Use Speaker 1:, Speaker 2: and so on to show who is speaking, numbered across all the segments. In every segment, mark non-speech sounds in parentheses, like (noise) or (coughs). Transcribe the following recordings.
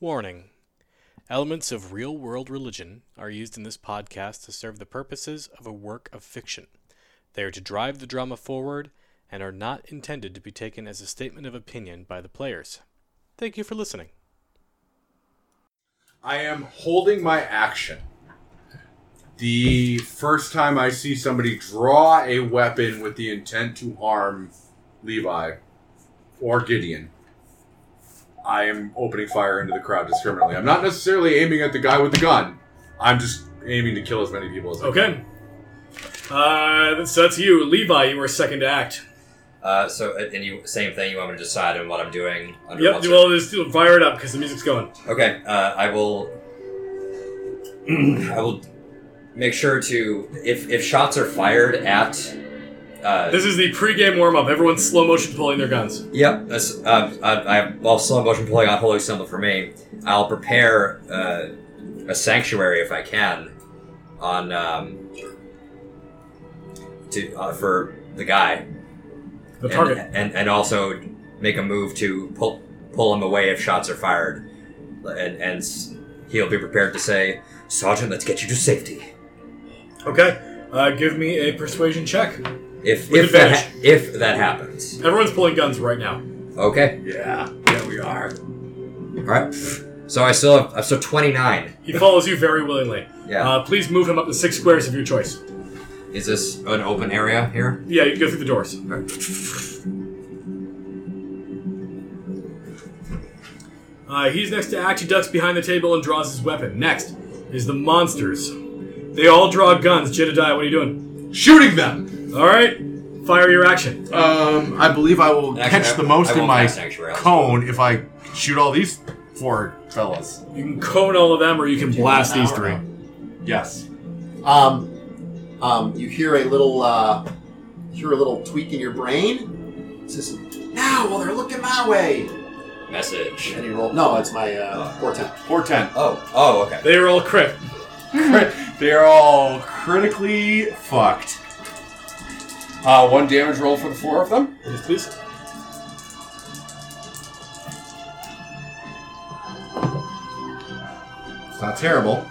Speaker 1: Warning Elements of real world religion are used in this podcast to serve the purposes of a work of fiction. They are to drive the drama forward and are not intended to be taken as a statement of opinion by the players. Thank you for listening.
Speaker 2: I am holding my action. The first time I see somebody draw a weapon with the intent to harm Levi or Gideon, I am opening fire into the crowd discriminately. I'm not necessarily aiming at the guy with the gun. I'm just aiming to kill as many people as I can.
Speaker 3: Okay. Uh, that's, that's you, Levi. You were second to act.
Speaker 4: Uh, so, and you same thing. You want me to decide on what I'm doing? Under
Speaker 3: Yep.
Speaker 4: what
Speaker 3: Well, just fire it up because the music's going.
Speaker 4: cir- okay. Uh, I will. (clears throat) I will make sure to if if shots are fired at. Uh,
Speaker 3: This is the pre-game warm-up. Everyone's slow motion pulling their guns.
Speaker 4: Yep. That's, uh, I, I, while slow motion pulling on holy symbol for me, I'll prepare uh, a sanctuary if I can, on um, to uh, for the guy,
Speaker 3: The
Speaker 4: and,
Speaker 3: target.
Speaker 4: and and also make a move to pull pull him away if shots are fired, and and s- he'll be prepared to say, "Sergeant, let's get you to safety."
Speaker 3: Okay. Uh, give me a persuasion check.
Speaker 4: If
Speaker 3: With
Speaker 4: if that ha-
Speaker 3: advantage.
Speaker 4: if that happens,
Speaker 3: Everyone's pulling guns right now.
Speaker 4: okay,
Speaker 2: Yeah, yeah, we are.
Speaker 4: all right. So I still have, I'm still 29.
Speaker 3: He follows you very willingly.
Speaker 4: Yeah.
Speaker 3: Uh, please move him up the six squares of your choice.
Speaker 4: Is this an open area here?
Speaker 3: Yeah, you can go through the doors. Uh, he's next to act. He ducks behind the table and draws his weapon. Next is the monsters. They all draw guns. Jedediah, what are you doing?
Speaker 2: Shooting them.
Speaker 3: All right, fire your action.
Speaker 5: Um, I believe I will
Speaker 4: Actually,
Speaker 5: catch
Speaker 4: I-
Speaker 5: the most
Speaker 4: I
Speaker 5: in
Speaker 4: won't
Speaker 5: my
Speaker 4: cast Sanctuary.
Speaker 5: cone if I shoot all these four fellas.
Speaker 3: You can cone all of them, or you can blast these three.
Speaker 5: Yes.
Speaker 6: Um, um, you hear a little, uh, hear a little tweak in your brain. It says, "Now, while they're looking my way,"
Speaker 4: Message.
Speaker 6: and you roll. No, it's my uh, portent.
Speaker 5: Four ten.
Speaker 4: Oh, oh, okay.
Speaker 3: They are all crit.
Speaker 5: they are all critically fucked.
Speaker 2: Uh, one damage roll for the four of them.
Speaker 3: Yes, please.
Speaker 5: It's not terrible.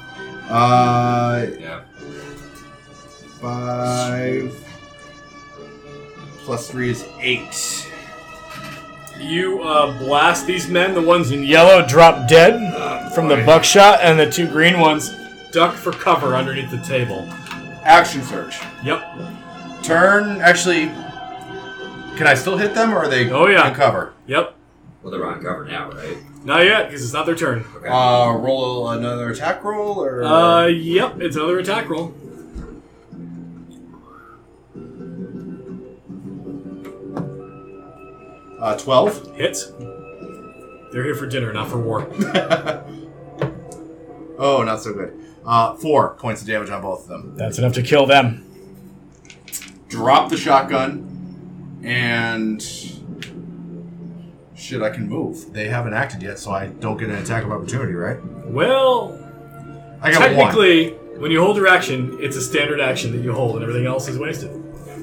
Speaker 5: Uh,
Speaker 4: Yeah.
Speaker 5: five plus three is eight.
Speaker 3: You uh, blast these men. The ones in yellow drop dead
Speaker 4: Um,
Speaker 3: from the buckshot, and the two green ones duck for cover underneath the table.
Speaker 5: Action surge.
Speaker 3: Yep.
Speaker 5: Turn. Actually, can I still hit them, or are they?
Speaker 3: Oh, yeah.
Speaker 5: in cover.
Speaker 3: Yep.
Speaker 4: Well, they're on cover now, right?
Speaker 3: Not yet, because it's not their turn.
Speaker 4: Okay.
Speaker 5: Uh, roll another attack roll, or
Speaker 3: Uh, yep, it's another attack roll.
Speaker 5: uh, twelve.
Speaker 3: Hits. They're here for dinner, not for war.
Speaker 5: Oh, not so good. Uh, four points of damage on both of them.
Speaker 3: That's enough to kill them.
Speaker 5: Drop the shotgun, and shit, I can move. They haven't acted yet, so I don't get an attack of opportunity, right?
Speaker 3: Well,
Speaker 5: I got one,
Speaker 3: technically, when you hold your action, it's a standard action that you hold, and everything else is wasted.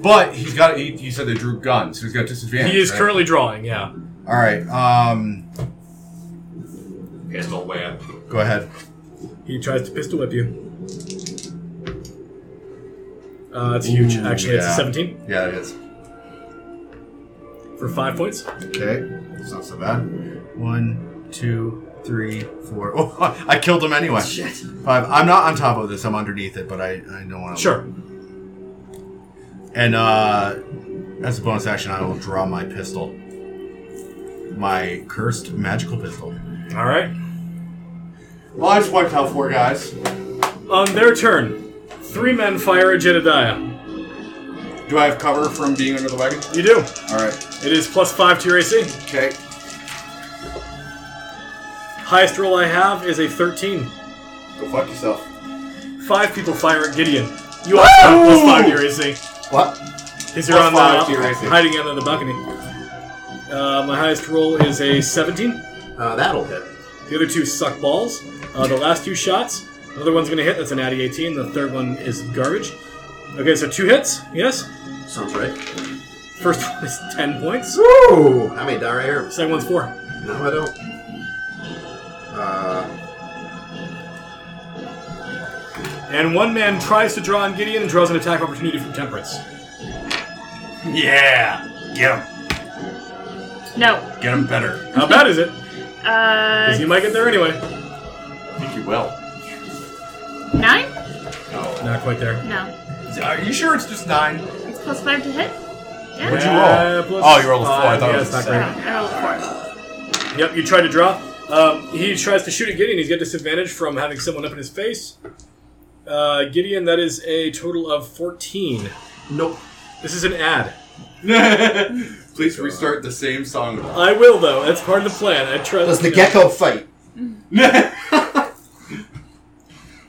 Speaker 5: but he's got. He, he said they drew guns, so he's got disadvantage.
Speaker 3: He is
Speaker 5: right?
Speaker 3: currently drawing, yeah.
Speaker 5: All right. Um,
Speaker 4: Pistol way up.
Speaker 5: go ahead.
Speaker 3: He tries to pistol whip you. Uh, that's huge,
Speaker 5: Ooh,
Speaker 3: actually. It's a
Speaker 5: yeah.
Speaker 3: 17
Speaker 5: Yeah, it is.
Speaker 3: for 5 points.
Speaker 5: Okay, it's not so bad. One, two, three, four. (laughs) Oh, I killed him anyway. Shit. Five. I'm not on top of this. I'm underneath it, but I, I don't want to.
Speaker 3: Sure.
Speaker 5: And uh, as a bonus action, I will draw my pistol. My cursed magical pistol.
Speaker 3: Alright.
Speaker 5: Well, I just wiped out four guys.
Speaker 3: On their turn, three men fire at Jedediah.
Speaker 2: Do I have cover from being under the wagon?
Speaker 3: You do.
Speaker 2: All right.
Speaker 3: It is plus 5 to your AC.
Speaker 2: Okay.
Speaker 3: Highest roll I have is a 13.
Speaker 5: Go fuck yourself.
Speaker 3: Five people fire at Gideon. You also have plus five to your AC.
Speaker 6: What?
Speaker 3: Because you're on the,
Speaker 2: five to your AC.
Speaker 3: hiding under the balcony. Uh, my highest roll is a 17.
Speaker 6: Uh, that'll hit.
Speaker 3: The other two suck balls. Uh, the last two shots. Another one's going to hit. That's an natty 18. The third one is garbage. Okay, so two hits. Yes.
Speaker 6: Sounds right.
Speaker 3: First (laughs) one is 10 points.
Speaker 6: Woo! How many die right here?
Speaker 3: Second one's four.
Speaker 6: No, I don't. Uh,
Speaker 3: And one man tries to draw on Gideon and draws an attack opportunity from Temperance.
Speaker 5: Yeah. Get him.
Speaker 7: No.
Speaker 5: Get him better.
Speaker 3: How bad
Speaker 2: (laughs)
Speaker 3: is it?
Speaker 7: Uh,
Speaker 3: Because he might get there anyway.
Speaker 5: I think you will.
Speaker 7: nine?
Speaker 3: Not quite there.
Speaker 7: No.
Speaker 5: Are you sure it's just nine?
Speaker 7: It's plus five to hit. Yeah.
Speaker 5: What'd you roll?
Speaker 3: Uh, plus
Speaker 5: Oh, you rolled a four. I
Speaker 3: five.
Speaker 5: thought it
Speaker 3: Yeah,
Speaker 5: was
Speaker 3: it's
Speaker 5: a
Speaker 3: not
Speaker 7: Oh,
Speaker 3: great.
Speaker 7: I rolled a four.
Speaker 3: Yep, you tried to draw. Um, he tries to shoot at Gideon. He's got disadvantage from having someone up in his face. Uh, Gideon, that is a total of 14.
Speaker 5: Nope.
Speaker 3: This is an ad.
Speaker 2: Please restart the same song.
Speaker 3: I will, though. That's part of the plan. I trust.
Speaker 6: Does the gecko fight?
Speaker 3: The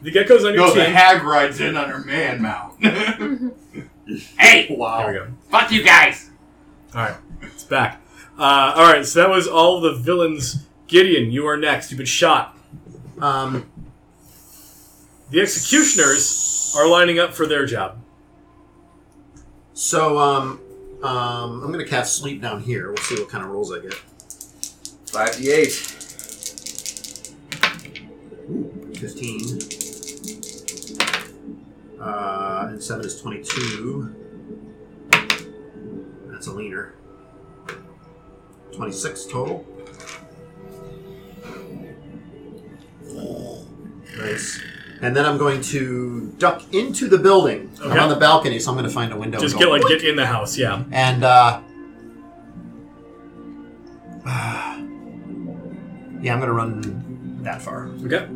Speaker 3: gecko's on your
Speaker 5: No, the
Speaker 3: team.
Speaker 5: hag rides in on her man mount. (laughs)
Speaker 6: Wow.
Speaker 3: there we go.
Speaker 5: Fuck you guys.
Speaker 3: All right, it's back. Uh, all right, so that was all the villains. Gideon, you are next. You've been shot.
Speaker 6: Um,
Speaker 3: The executioners are lining up for their job.
Speaker 6: so um, um, I'm gonna cast sleep down here. We'll see what kind of rolls I get.
Speaker 4: 5d8.
Speaker 6: Fifteen. Uh, and seven is twenty-two. That's a leaner. Twenty-six total. Nice. And then I'm going to duck into the building. I'm
Speaker 3: Okay.
Speaker 6: on the balcony, so I'm going to find a window.
Speaker 3: Just
Speaker 6: and
Speaker 3: get
Speaker 6: go-
Speaker 3: like get in the house, yeah.
Speaker 6: and uh, (sighs) yeah, I'm gonna run that far.
Speaker 3: Okay,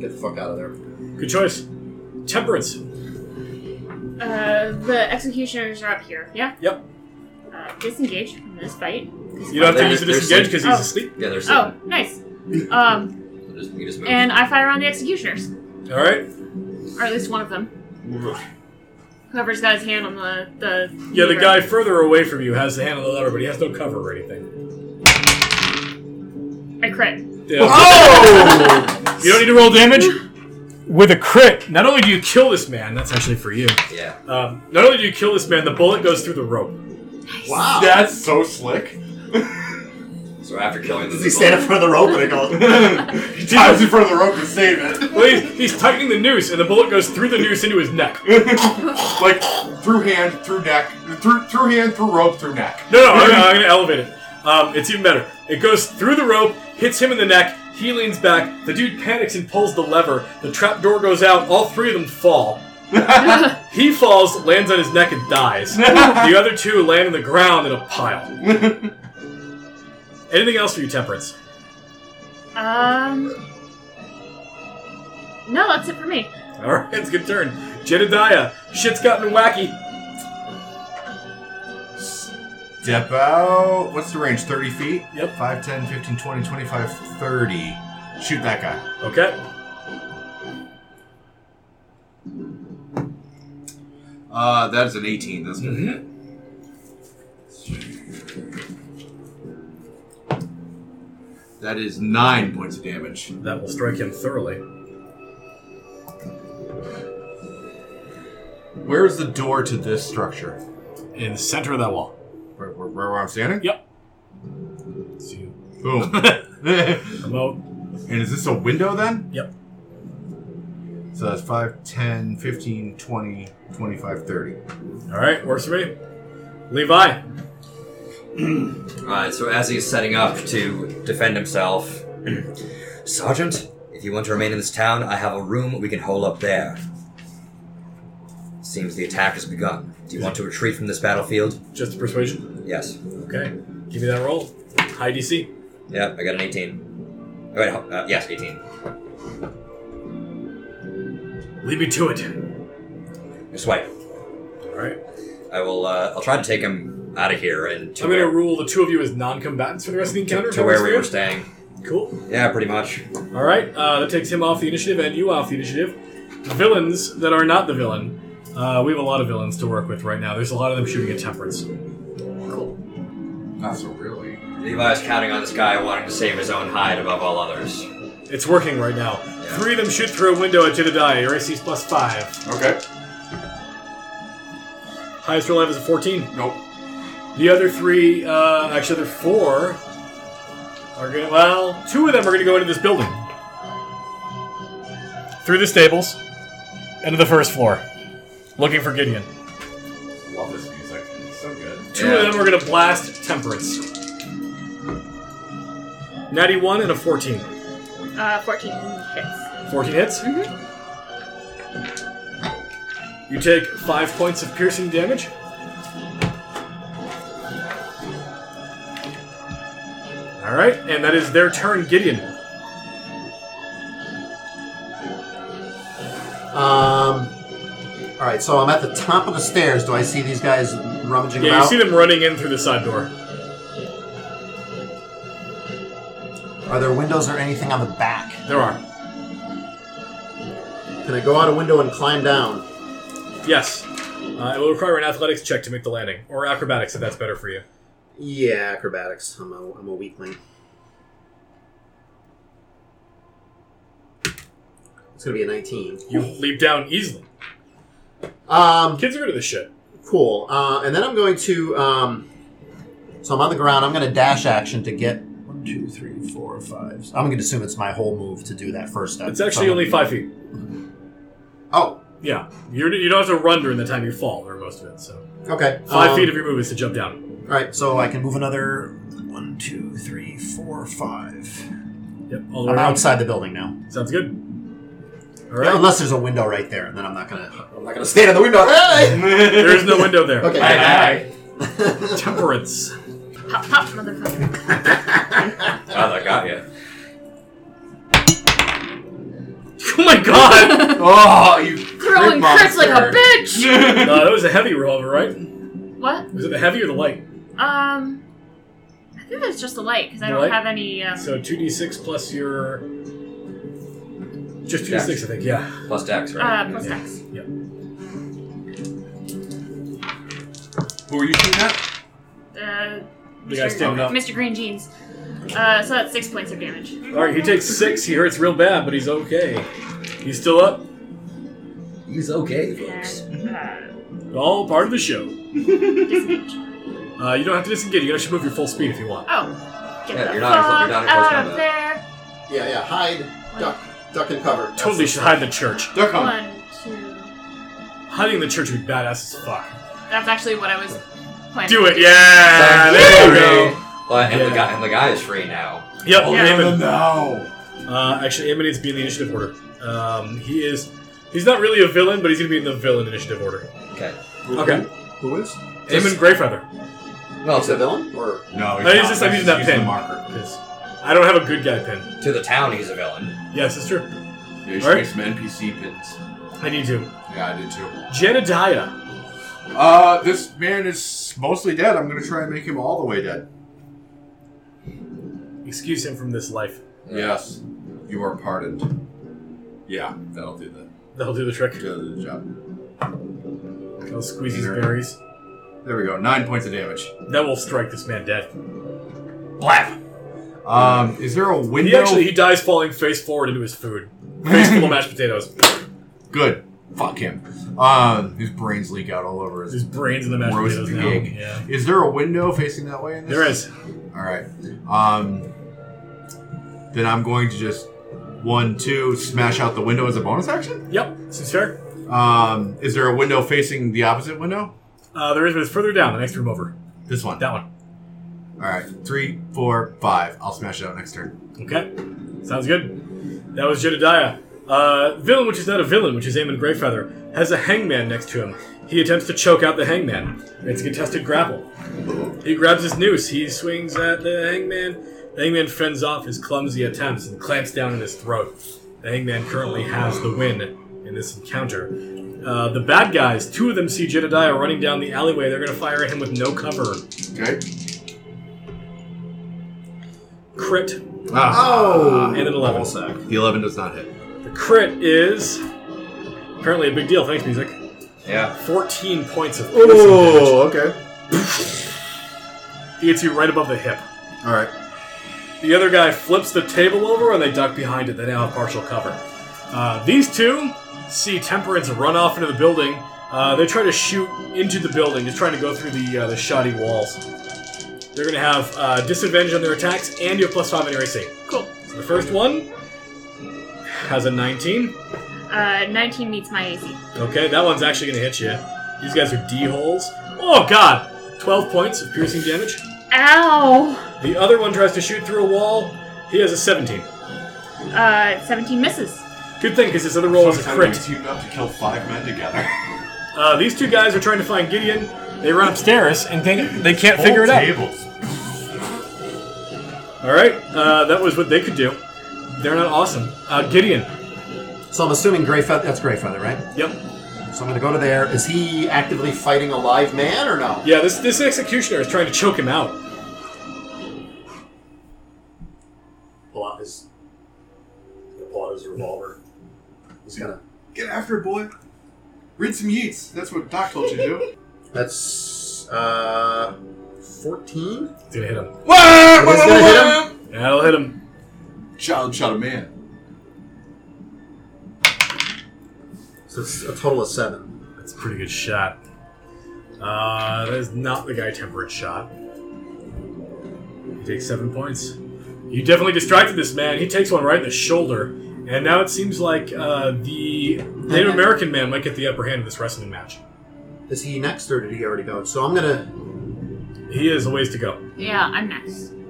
Speaker 6: Get the fuck out of there.
Speaker 3: good choice. Temperance.
Speaker 7: Uh, the executioners are up here. Yeah.
Speaker 3: Yep.
Speaker 7: Uh, disengage from this fight. 'cause
Speaker 3: You don't have to
Speaker 4: They're-
Speaker 3: use the
Speaker 4: they're
Speaker 3: disengage because he's
Speaker 7: Oh.
Speaker 3: asleep.
Speaker 4: Yeah, there's
Speaker 7: Oh, nice. Um,
Speaker 4: You just, you just move.
Speaker 7: and I fire on the executioners,
Speaker 3: All right.
Speaker 7: or at least one of them. Whoever's got his hand on the the.
Speaker 3: Yeah, the
Speaker 7: lever.
Speaker 3: guy further away from you has the hand on the lever, but he has no cover or anything.
Speaker 7: I crit.
Speaker 3: Yeah.
Speaker 5: Oh!
Speaker 3: (laughs) You don't need to roll damage. With a crit, not only do you kill this man, that's actually for you.
Speaker 4: yeah.
Speaker 3: Um, not only do you kill this man, the bullet goes through the rope.
Speaker 6: Wow.
Speaker 5: That's so slick.
Speaker 4: So after killing the
Speaker 6: Does he stand in front of the rope and it goes? (laughs)
Speaker 5: he dives in front of the rope to save it.
Speaker 3: Well, he's, he's tightening the noose, and the bullet goes through the noose into his neck.
Speaker 5: Like through hand, through neck, through through hand, through rope, through neck.
Speaker 3: No, no, I'm, I'm gonna elevate it. Um, it's even better. It goes through the rope, hits him in the neck. He leans back. The dude panics and pulls the lever. The trap door goes out. All three of them fall. he falls, lands on his neck, and dies. the other two land on the ground in a pile. Anything else for you, Temperance?
Speaker 7: Um. No, that's it for me.
Speaker 3: All right, it's a good turn. Jedediah, shit's gotten wacky.
Speaker 5: Step out. What's the range? 30 feet?
Speaker 3: Yep.
Speaker 5: 5, 10, 15, 20, 25, 30. Shoot that guy.
Speaker 3: Okay.
Speaker 2: Uh, that is an 18. That's
Speaker 5: Mm-hmm.
Speaker 2: gonna hit. That is nine points of damage.
Speaker 3: That will strike him thoroughly.
Speaker 5: Where is the door to this structure?
Speaker 3: In the center of that wall.
Speaker 5: Where, where, where I'm standing?
Speaker 3: Yep. See (laughs)
Speaker 5: Boom. (laughs) and
Speaker 3: you. Well,
Speaker 5: is this a window then?
Speaker 3: Yep.
Speaker 5: So that's 5, 10, 15, 20, 25, 30.
Speaker 3: All right, works for me. Levi.
Speaker 4: Alright, so as he's setting up to defend himself, (clears throat) Sergeant, if you want to remain in this town, I have a room we can hole up there. Seems the attack has begun. Do you want to retreat from this battlefield?
Speaker 3: Just a persuasion.
Speaker 4: Yes.
Speaker 3: Okay. Give me that roll. High DC.
Speaker 4: Yep, I got an 18. Oh, wait, uh, yes, 18.
Speaker 3: Lead me to it.
Speaker 4: Just wait.
Speaker 3: All right.
Speaker 4: I will, uh, I'll try to take him out of here and to,
Speaker 3: I'm going to
Speaker 4: where,
Speaker 3: rule the two of you as non-combatants for the rest of the encounter.
Speaker 4: to where we were staying.
Speaker 3: Cool.
Speaker 4: Yeah, pretty much.
Speaker 3: All right. Uh, that takes him off the initiative and you off the initiative. Villains that are not the villain. Uh, we have a lot of villains to work with right now. There's a lot of them shooting at Temperance.
Speaker 2: Not so really.
Speaker 4: Levi's counting on this guy wanting to save his own hide above all others.
Speaker 3: It's working right now. Three of them shoot through a window at Jedediah. Your AC's plus five.
Speaker 2: Okay.
Speaker 3: Highest roll I have is a 14.
Speaker 2: Nope.
Speaker 3: The other three, uh, actually, the other four are going. to Well, two of them are going to go into this building through the stables. End of the first floor. Looking for Gideon.
Speaker 2: Love this music. It's so good.
Speaker 3: Two of them are going to blast Temperance. Natty 1 and a 14.
Speaker 7: Uh, 14 hits.
Speaker 3: 14 hits?
Speaker 6: Mm-hmm.
Speaker 3: You take 5 points of piercing damage. Alright, and that is their turn, Gideon.
Speaker 6: Um. All right, so I'm at the top of the stairs. Do I see these guys rummaging
Speaker 3: Yeah, you
Speaker 6: about?
Speaker 3: see them running in through the side door.
Speaker 6: Are there windows or anything on the back?
Speaker 3: There are.
Speaker 6: Can I go out a window and climb down?
Speaker 3: Yes. Uh, it will require an athletics check to make the landing, or acrobatics if that's better for you.
Speaker 6: Yeah, acrobatics. I'm a, I'm a weakling. It's gonna be a 19.
Speaker 3: You leap down easily.
Speaker 6: Um,
Speaker 3: Kids are good at this shit.
Speaker 6: cool. Uh, and then I'm going to. Um, so I'm on the ground. I'm gonna dash action to get one, two, three, four, five. I'm gonna assume it's my whole move to do that first step.
Speaker 3: It's
Speaker 6: So
Speaker 3: actually
Speaker 6: I'm-
Speaker 3: only five feet.
Speaker 6: Oh,
Speaker 3: Yeah, you're, you don't have to run during the time you fall, or most of it. So
Speaker 6: okay.
Speaker 3: five
Speaker 6: Um,
Speaker 3: feet of your move is to jump down.
Speaker 6: All right, so I can move another one, two, three, four, five.
Speaker 3: Yep, all the way
Speaker 6: I'm
Speaker 3: around.
Speaker 6: outside the building now.
Speaker 3: Sounds good. All right,
Speaker 6: Unless there's a window right there, and then I'm not gonna. I'm not gonna stand in the window. Hey!
Speaker 3: there is no window there.
Speaker 6: Okay.
Speaker 4: Aye,
Speaker 3: (laughs) Temperance.
Speaker 7: Pop, pop, motherfucker.
Speaker 4: aye. Ah, that got you.
Speaker 3: Oh my god!
Speaker 2: Oh, you
Speaker 7: Throwing crits like a
Speaker 3: (laughs)
Speaker 7: bitch!
Speaker 2: bitch.
Speaker 3: no, Uh, that was a heavy revolver, right?
Speaker 7: What?
Speaker 3: Was it the heavy or the light?
Speaker 7: Um, I think that's just the light because I
Speaker 3: The
Speaker 7: don't
Speaker 3: light?
Speaker 7: have any. Um,
Speaker 3: So two d six plus your just two d six, I think. Yeah.
Speaker 4: Plus Dex, right?
Speaker 7: uh, plus
Speaker 4: Yeah.
Speaker 7: Dex.
Speaker 3: Yep.
Speaker 2: Who are you shooting at?
Speaker 7: Uh,
Speaker 3: The guy's
Speaker 7: Mr.
Speaker 3: standing up.
Speaker 7: Mr. Green Jeans. Uh, so that's six points of damage.
Speaker 3: All right, he takes six. He hurts real bad, but he's okay. He's still up.
Speaker 4: He's okay, folks.
Speaker 7: And, uh,
Speaker 3: All part of the show.
Speaker 7: disengage.
Speaker 3: Uh, you don't have to disengage. You can actually move your full speed if you want.
Speaker 7: Oh, get
Speaker 4: Yeah,
Speaker 7: the
Speaker 4: you're
Speaker 7: fuck
Speaker 4: not- you're not
Speaker 7: out
Speaker 4: enclosed on
Speaker 7: of
Speaker 4: that.
Speaker 7: there.
Speaker 6: Yeah, yeah. Hide, duck, duck, and cover. That's
Speaker 3: Totally
Speaker 6: the-
Speaker 3: should hide the church.
Speaker 2: Duck on.
Speaker 7: One, two.
Speaker 3: Hiding the church would be badass as fuck.
Speaker 7: That's actually what I was planning.
Speaker 3: Do
Speaker 7: to
Speaker 3: it, yeah! There we go.
Speaker 4: Well, and, the
Speaker 3: Yeah.
Speaker 4: guy, and the guy is free now.
Speaker 3: Yep,
Speaker 7: Yeah.
Speaker 3: Eamon.
Speaker 5: no.
Speaker 3: Uh, actually, Eamon needs to be in the initiative order. Um, he is. He's not really a villain, but he's gonna be in the villain initiative order.
Speaker 4: Okay.
Speaker 3: Okay.
Speaker 6: Who is?
Speaker 3: Eamon Greyfeather.
Speaker 4: Well,
Speaker 6: Is the
Speaker 4: to,
Speaker 6: villain or?
Speaker 5: No,
Speaker 3: No, he's
Speaker 5: not.
Speaker 3: just- I'm using that
Speaker 5: the
Speaker 3: pin.
Speaker 5: marker.
Speaker 3: Yes. I don't have a good guy pin.
Speaker 4: to the town, he's a villain.
Speaker 3: Yes, it's true.
Speaker 2: Yeah, you should
Speaker 3: Alright.
Speaker 2: make some NPC pins.
Speaker 3: I need to.
Speaker 2: Yeah, I did too.
Speaker 3: Jedediah.
Speaker 5: Uh, this man is mostly dead. I'm gonna try and make him all the way dead.
Speaker 3: Excuse him from this life.
Speaker 2: Yes, you are pardoned. Yeah, that'll do that.
Speaker 3: That'll do the trick.
Speaker 2: Do the job.
Speaker 3: I'll squeeze his berries.
Speaker 5: There we go. Nine points of damage.
Speaker 3: That will strike this man dead.
Speaker 5: Blap. Um, is there a window?
Speaker 3: He actually he dies falling face forward into his food. Face full of mashed potatoes.
Speaker 5: Good. Fuck him. Um, his brains leak out all over
Speaker 3: His
Speaker 5: his.
Speaker 3: brains in the mashed
Speaker 5: Roast
Speaker 3: potatoes now.
Speaker 5: pig.
Speaker 3: Yeah.
Speaker 5: Is there a window facing that way? In this?
Speaker 3: There is.
Speaker 5: All right. Um, then I'm going to just one, two, smash out the window as a bonus action.
Speaker 3: Yep. Seems fair.
Speaker 5: Um, is there a window facing the opposite window?
Speaker 3: Uh, there is, but it's further down, the next room over.
Speaker 5: This one.
Speaker 3: That one.
Speaker 5: All right. Three, four, five. I'll smash it out next turn.
Speaker 3: Okay. Sounds good. That was Jedediah. Uh, villain, which is not a villain, which is Amon Greyfeather, has a hangman next to him. He attempts to choke out the hangman. It's a contested grapple. He grabs his noose. He swings at the hangman. The hangman fends off his clumsy attempts and clamps down in his throat. The hangman currently has the win in this encounter. Uh, the bad guys, two of them see Jedediah running down the alleyway. They're going to fire at him with no cover.
Speaker 5: Okay.
Speaker 3: Crit
Speaker 5: Ah.
Speaker 3: and an 11.
Speaker 5: The eleven does not hit.
Speaker 3: The crit is apparently a big deal. Thanks, music.
Speaker 4: Yeah.
Speaker 3: 14 points of piercing damage.
Speaker 5: Oh, okay.
Speaker 3: He hits you right above the hip.
Speaker 5: All right.
Speaker 3: The other guy flips the table over and they duck behind it. They now have partial cover. Uh, these two see Temperance run off into the building. Uh, they try to shoot into the building, just trying to go through the uh, the shoddy walls. They're going to have uh, disadvantage on their attacks, and you have plus five on your AC. Cool. So the first one has a 19.
Speaker 7: do. Uh, 19 meets my AC.
Speaker 3: Okay, that one's actually going to hit you. These guys are D holes. Oh, God! 12 points of piercing damage.
Speaker 7: Ow!
Speaker 3: The other one tries to shoot through a wall. He has a 17.
Speaker 7: Uh, 17 misses.
Speaker 3: Good thing, because his other roll is a
Speaker 5: Sometimes
Speaker 3: crit.
Speaker 5: we teamed up to kill five men together.
Speaker 3: Uh, these two guys are trying to find Gideon. They run upstairs and think they can't (laughs) figure it
Speaker 5: Whole
Speaker 3: out.
Speaker 5: Tables.
Speaker 3: All right, uh, that was what they could do. They're not awesome. Uh, Gideon.
Speaker 6: So I'm assuming Grey Feather. That's Grey Feather, right?
Speaker 3: Yep.
Speaker 6: So I'm going to go to there. Is he actively fighting a live man or no?
Speaker 3: Yeah, this this executioner is trying to choke him out.
Speaker 6: Pull out his. He'll pull out his revolver. He's gonna.
Speaker 5: Get after it, boy. Read some Yeats. That's what Doc told you to do.
Speaker 6: That's uh, fourteen.
Speaker 3: It's gonna hit him.
Speaker 5: Wah, wah,
Speaker 6: Is
Speaker 5: wah,
Speaker 6: that
Speaker 5: wah.
Speaker 3: That'll hit him.
Speaker 5: Child shot a man.
Speaker 6: So it's a total of seven.
Speaker 3: That's a pretty good shot. Uh, that is not the guy temperate shot. He takes seven points. You definitely distracted this man. He takes one right in the shoulder, and now it seems like uh, the Native American man might get the upper hand in this wrestling match.
Speaker 6: Is he next, or did he already go? So I'm gonna.
Speaker 3: He is a ways to go. (laughs)
Speaker 7: Yeah, I'm next.
Speaker 6: (laughs)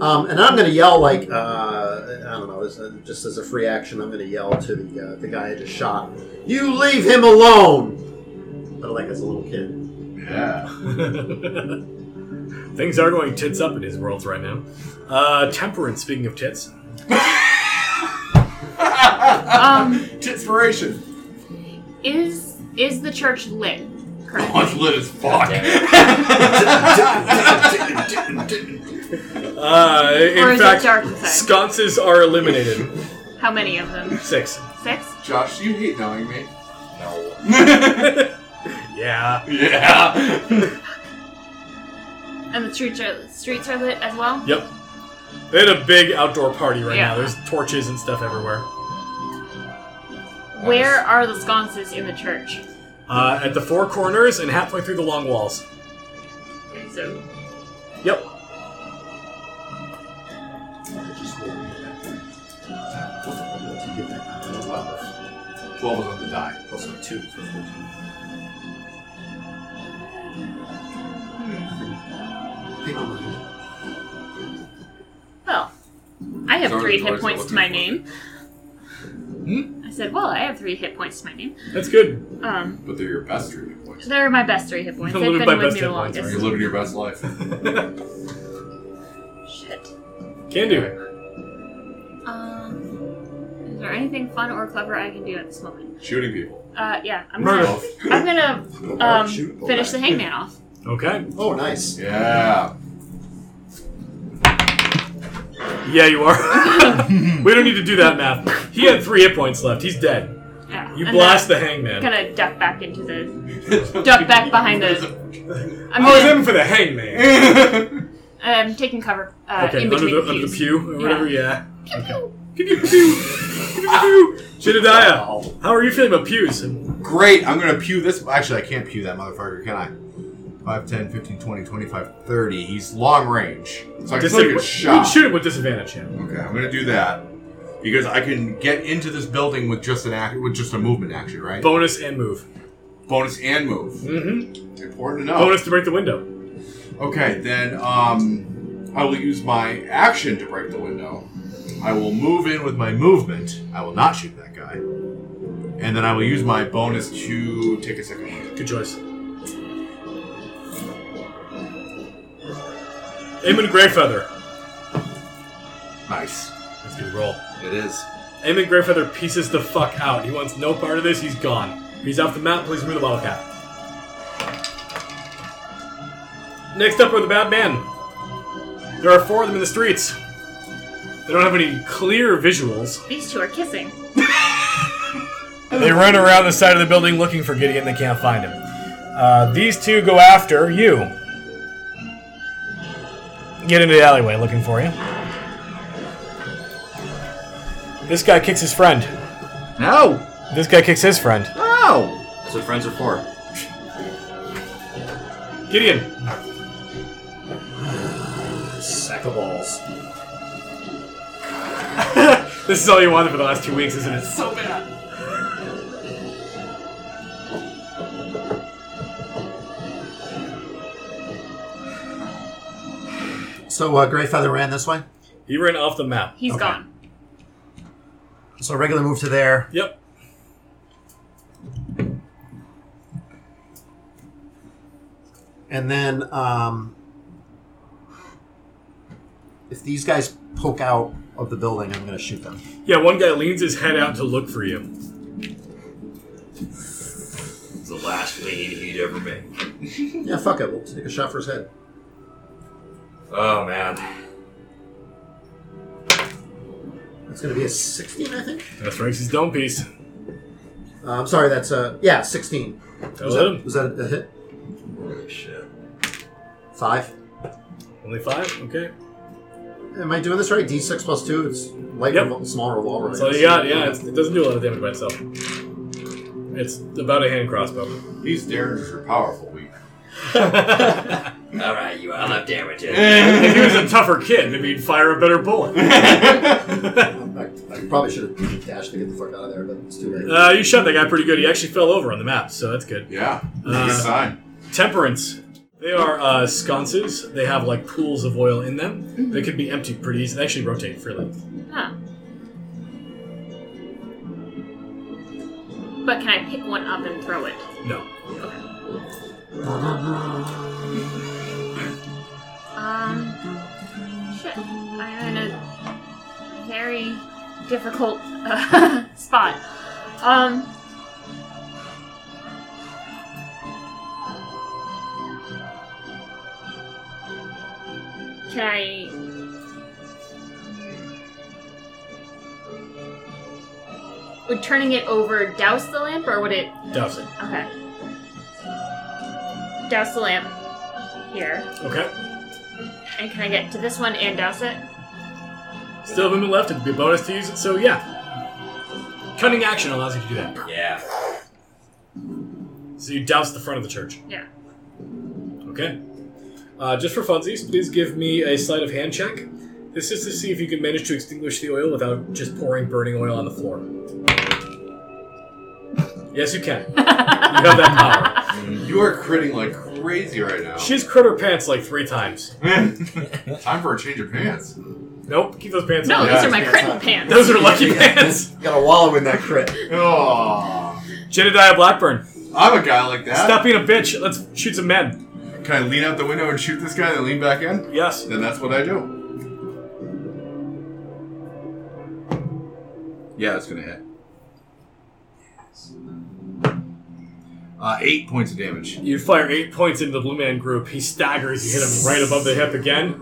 Speaker 6: Um, and I'm going to yell like uh, I don't know, this, uh, just as a free action, I'm going to yell to the uh, the guy I just shot. You leave him alone. But like as a little kid.
Speaker 5: Yeah.
Speaker 3: Things are going tits up in his worlds right now. Uh, temperance. Speaking of tits,
Speaker 7: Um,
Speaker 5: Titspiration.
Speaker 7: is is the church lit?
Speaker 5: Oh, it's
Speaker 7: Currently?
Speaker 5: lit as fuck.
Speaker 3: uh, in
Speaker 7: Or is
Speaker 3: fact,
Speaker 7: it dark inside?
Speaker 3: sconces are eliminated.
Speaker 7: How many of them?
Speaker 3: Six.
Speaker 7: Six?
Speaker 5: Josh, you hate knowing me.
Speaker 3: Yeah.
Speaker 5: Yeah.
Speaker 7: And the streets are, streets are lit as well?
Speaker 3: Yep. They had a big outdoor party right now.
Speaker 7: Yeah.
Speaker 3: There's torches and stuff everywhere.
Speaker 7: Where are the sconces in the church?
Speaker 3: Uh, at the four corners and halfway through the long walls.
Speaker 7: So,
Speaker 3: Yep.
Speaker 5: Twelve is on the die. Plus my two.
Speaker 6: Hmm.
Speaker 7: well, I have
Speaker 2: Sorry,
Speaker 7: three
Speaker 2: what
Speaker 7: hit
Speaker 2: is it
Speaker 7: points
Speaker 2: looking
Speaker 7: to my
Speaker 2: for?
Speaker 7: name. I said, well, I have three hit points to my name.
Speaker 3: That's good.
Speaker 7: Um,
Speaker 2: But they're your best treatment points.
Speaker 7: they're my best three hit points.
Speaker 3: You're
Speaker 7: They've
Speaker 3: living
Speaker 7: been
Speaker 3: by
Speaker 7: with
Speaker 3: best
Speaker 7: me the
Speaker 3: hit points,
Speaker 7: longest.
Speaker 2: You're living your best life.
Speaker 7: Shit.
Speaker 3: Can do.
Speaker 7: Um, is there anything fun or clever I can do at this moment?
Speaker 2: Shooting people.
Speaker 7: Uh, yeah, I'm
Speaker 3: Murder.
Speaker 7: gonna, I'm gonna um, finish the hangman off.
Speaker 3: Okay.
Speaker 6: Oh, nice.
Speaker 2: Yeah.
Speaker 3: Yeah, you are. (laughs) we don't need to do that math. He had three hit points left. He's dead.
Speaker 7: Yeah.
Speaker 3: You
Speaker 7: and
Speaker 3: blast
Speaker 7: then
Speaker 3: the hangman.
Speaker 7: I'm gonna duck back into the
Speaker 3: (laughs)
Speaker 7: duck back behind the. I'm,
Speaker 3: I was
Speaker 7: gonna,
Speaker 3: aiming for the hangman.
Speaker 7: I'm taking cover uh,
Speaker 3: Okay,
Speaker 7: in
Speaker 3: under
Speaker 7: between
Speaker 3: the,
Speaker 7: the
Speaker 3: under the
Speaker 7: pews.
Speaker 3: pew or
Speaker 7: Yeah.
Speaker 3: whatever. Yeah. Jedediah, how are you feeling about pews?
Speaker 5: Great. I'm gonna pew this. Actually, I can't pew that motherfucker, can I? 5, 10, 15, 20, 25, 30. He's long range. So I can still
Speaker 3: Disadvan-
Speaker 5: get a shot.
Speaker 3: Shoot him with disadvantage. Yeah.
Speaker 5: Okay, I'm gonna do that. Because I can get into this building with just an act with just a movement action, right?
Speaker 3: Bonus and move.
Speaker 5: Bonus and move.
Speaker 3: Mm-hmm.
Speaker 5: Important to know.
Speaker 3: Bonus to break the window.
Speaker 5: Okay, then um, I will use my action to break the window. I will move in with my movement. I will not shoot that guy. And then I will use my bonus to take a second look.
Speaker 3: Good choice. Eamon Greyfeather.
Speaker 5: Nice.
Speaker 3: That's a good roll.
Speaker 5: It is.
Speaker 3: Eamon Greyfeather pieces the fuck out. He wants no part of this. He's gone. He's off the map. Please remove the bottle cap. Next up are the bad man. There are four of them in the streets. They don't have any clear visuals.
Speaker 7: These two are kissing.
Speaker 3: They run around the side of the building looking for Gideon. They can't find him. Uh, these two go after you. Get into the alleyway looking for you. This guy kicks his friend.
Speaker 5: No!
Speaker 3: This guy kicks his friend.
Speaker 5: No!
Speaker 4: That's what friends are for.
Speaker 3: Gideon,
Speaker 6: Sack of balls.
Speaker 3: This is all you wanted for the last two weeks, isn't it? So
Speaker 6: So uh, Greyfeather ran this way.
Speaker 3: he ran off the map.
Speaker 7: He's
Speaker 6: Okay.
Speaker 7: gone.
Speaker 6: So regular move to there.
Speaker 3: Yep.
Speaker 6: And then um, if these guys poke out of the building, I'm going to shoot them.
Speaker 3: Yeah, one guy leans his head out to look for you.
Speaker 4: It's the last lead he'd ever make.
Speaker 6: Yeah, fuck it. We'll take a shot for his head.
Speaker 4: Oh man,
Speaker 6: That's going to be a 16, I think.
Speaker 3: That's Rex's dome piece.
Speaker 6: Uh, I'm sorry, that's a. Yeah, 16.
Speaker 3: That'll
Speaker 6: Was
Speaker 3: hit
Speaker 6: that,
Speaker 3: him.
Speaker 6: was that a hit?
Speaker 4: holy shit.
Speaker 6: Five.
Speaker 3: Only five? Okay.
Speaker 6: Am I doing this right? D6 plus two. It's light,
Speaker 3: Yep.
Speaker 6: revol- small revolver.
Speaker 3: That's all you got. Yeah, it's, it doesn't do a lot of damage by itself. It's about a hand crossbow.
Speaker 2: These dares are powerful. We
Speaker 4: All right, you all have damages.
Speaker 3: if he was a tougher kid, maybe he'd fire a better bullet.
Speaker 6: I, I probably should have dashed to get the fuck out of there, but it's too late.
Speaker 3: Uh, you shot that guy pretty good. He actually fell over on the map, so that's good.
Speaker 2: yeah,
Speaker 3: Uh,
Speaker 2: good sign.
Speaker 3: Temperance. They are uh, sconces. They have like pools of oil in them. They could be emptied pretty easy. They actually rotate freely.
Speaker 7: Huh. But can I pick one up and throw it?
Speaker 3: No.
Speaker 7: Um, shit. I'm in a very difficult uh, (laughs) spot. Um, can I? Would turning it over douse the lamp, or would it?
Speaker 3: Douse it.
Speaker 7: Okay. Douse the lamp here.
Speaker 3: Okay.
Speaker 7: And can I get to this one and douse it?
Speaker 3: Still have a minute left. It'd be a bonus to use it, so yeah. Cunning action allows you to do that.
Speaker 4: yeah.
Speaker 3: So you douse the front of the church.
Speaker 7: Yeah.
Speaker 3: Okay. Uh, just for funsies, please give me a sleight of hand check. This is to see if you can manage to extinguish the oil without just pouring burning oil on the floor. Yes, you can. You have that (laughs) power.
Speaker 2: You are critting like crazy right now.
Speaker 3: She's crit her pants like three times.
Speaker 2: Time for a change of pants.
Speaker 3: Nope, keep those pants
Speaker 7: No,
Speaker 3: on.
Speaker 2: Yeah.
Speaker 7: these are my
Speaker 6: Yeah.
Speaker 7: crit pants.
Speaker 3: Those are (laughs) lucky pants.
Speaker 6: Got to wallow in that crit.
Speaker 2: Oh,
Speaker 3: Jedediah Blackburn,
Speaker 2: I'm a guy like that.
Speaker 3: stop being a bitch. Let's shoot some men.
Speaker 2: Can I lean out the window and shoot this guy, then lean back in?
Speaker 3: Yes.
Speaker 2: Then that's what I do. Yeah, that's gonna hit. Uh, eight points of damage.
Speaker 3: You fire eight points into the blue man group. He staggers. You hit him right above the hip again.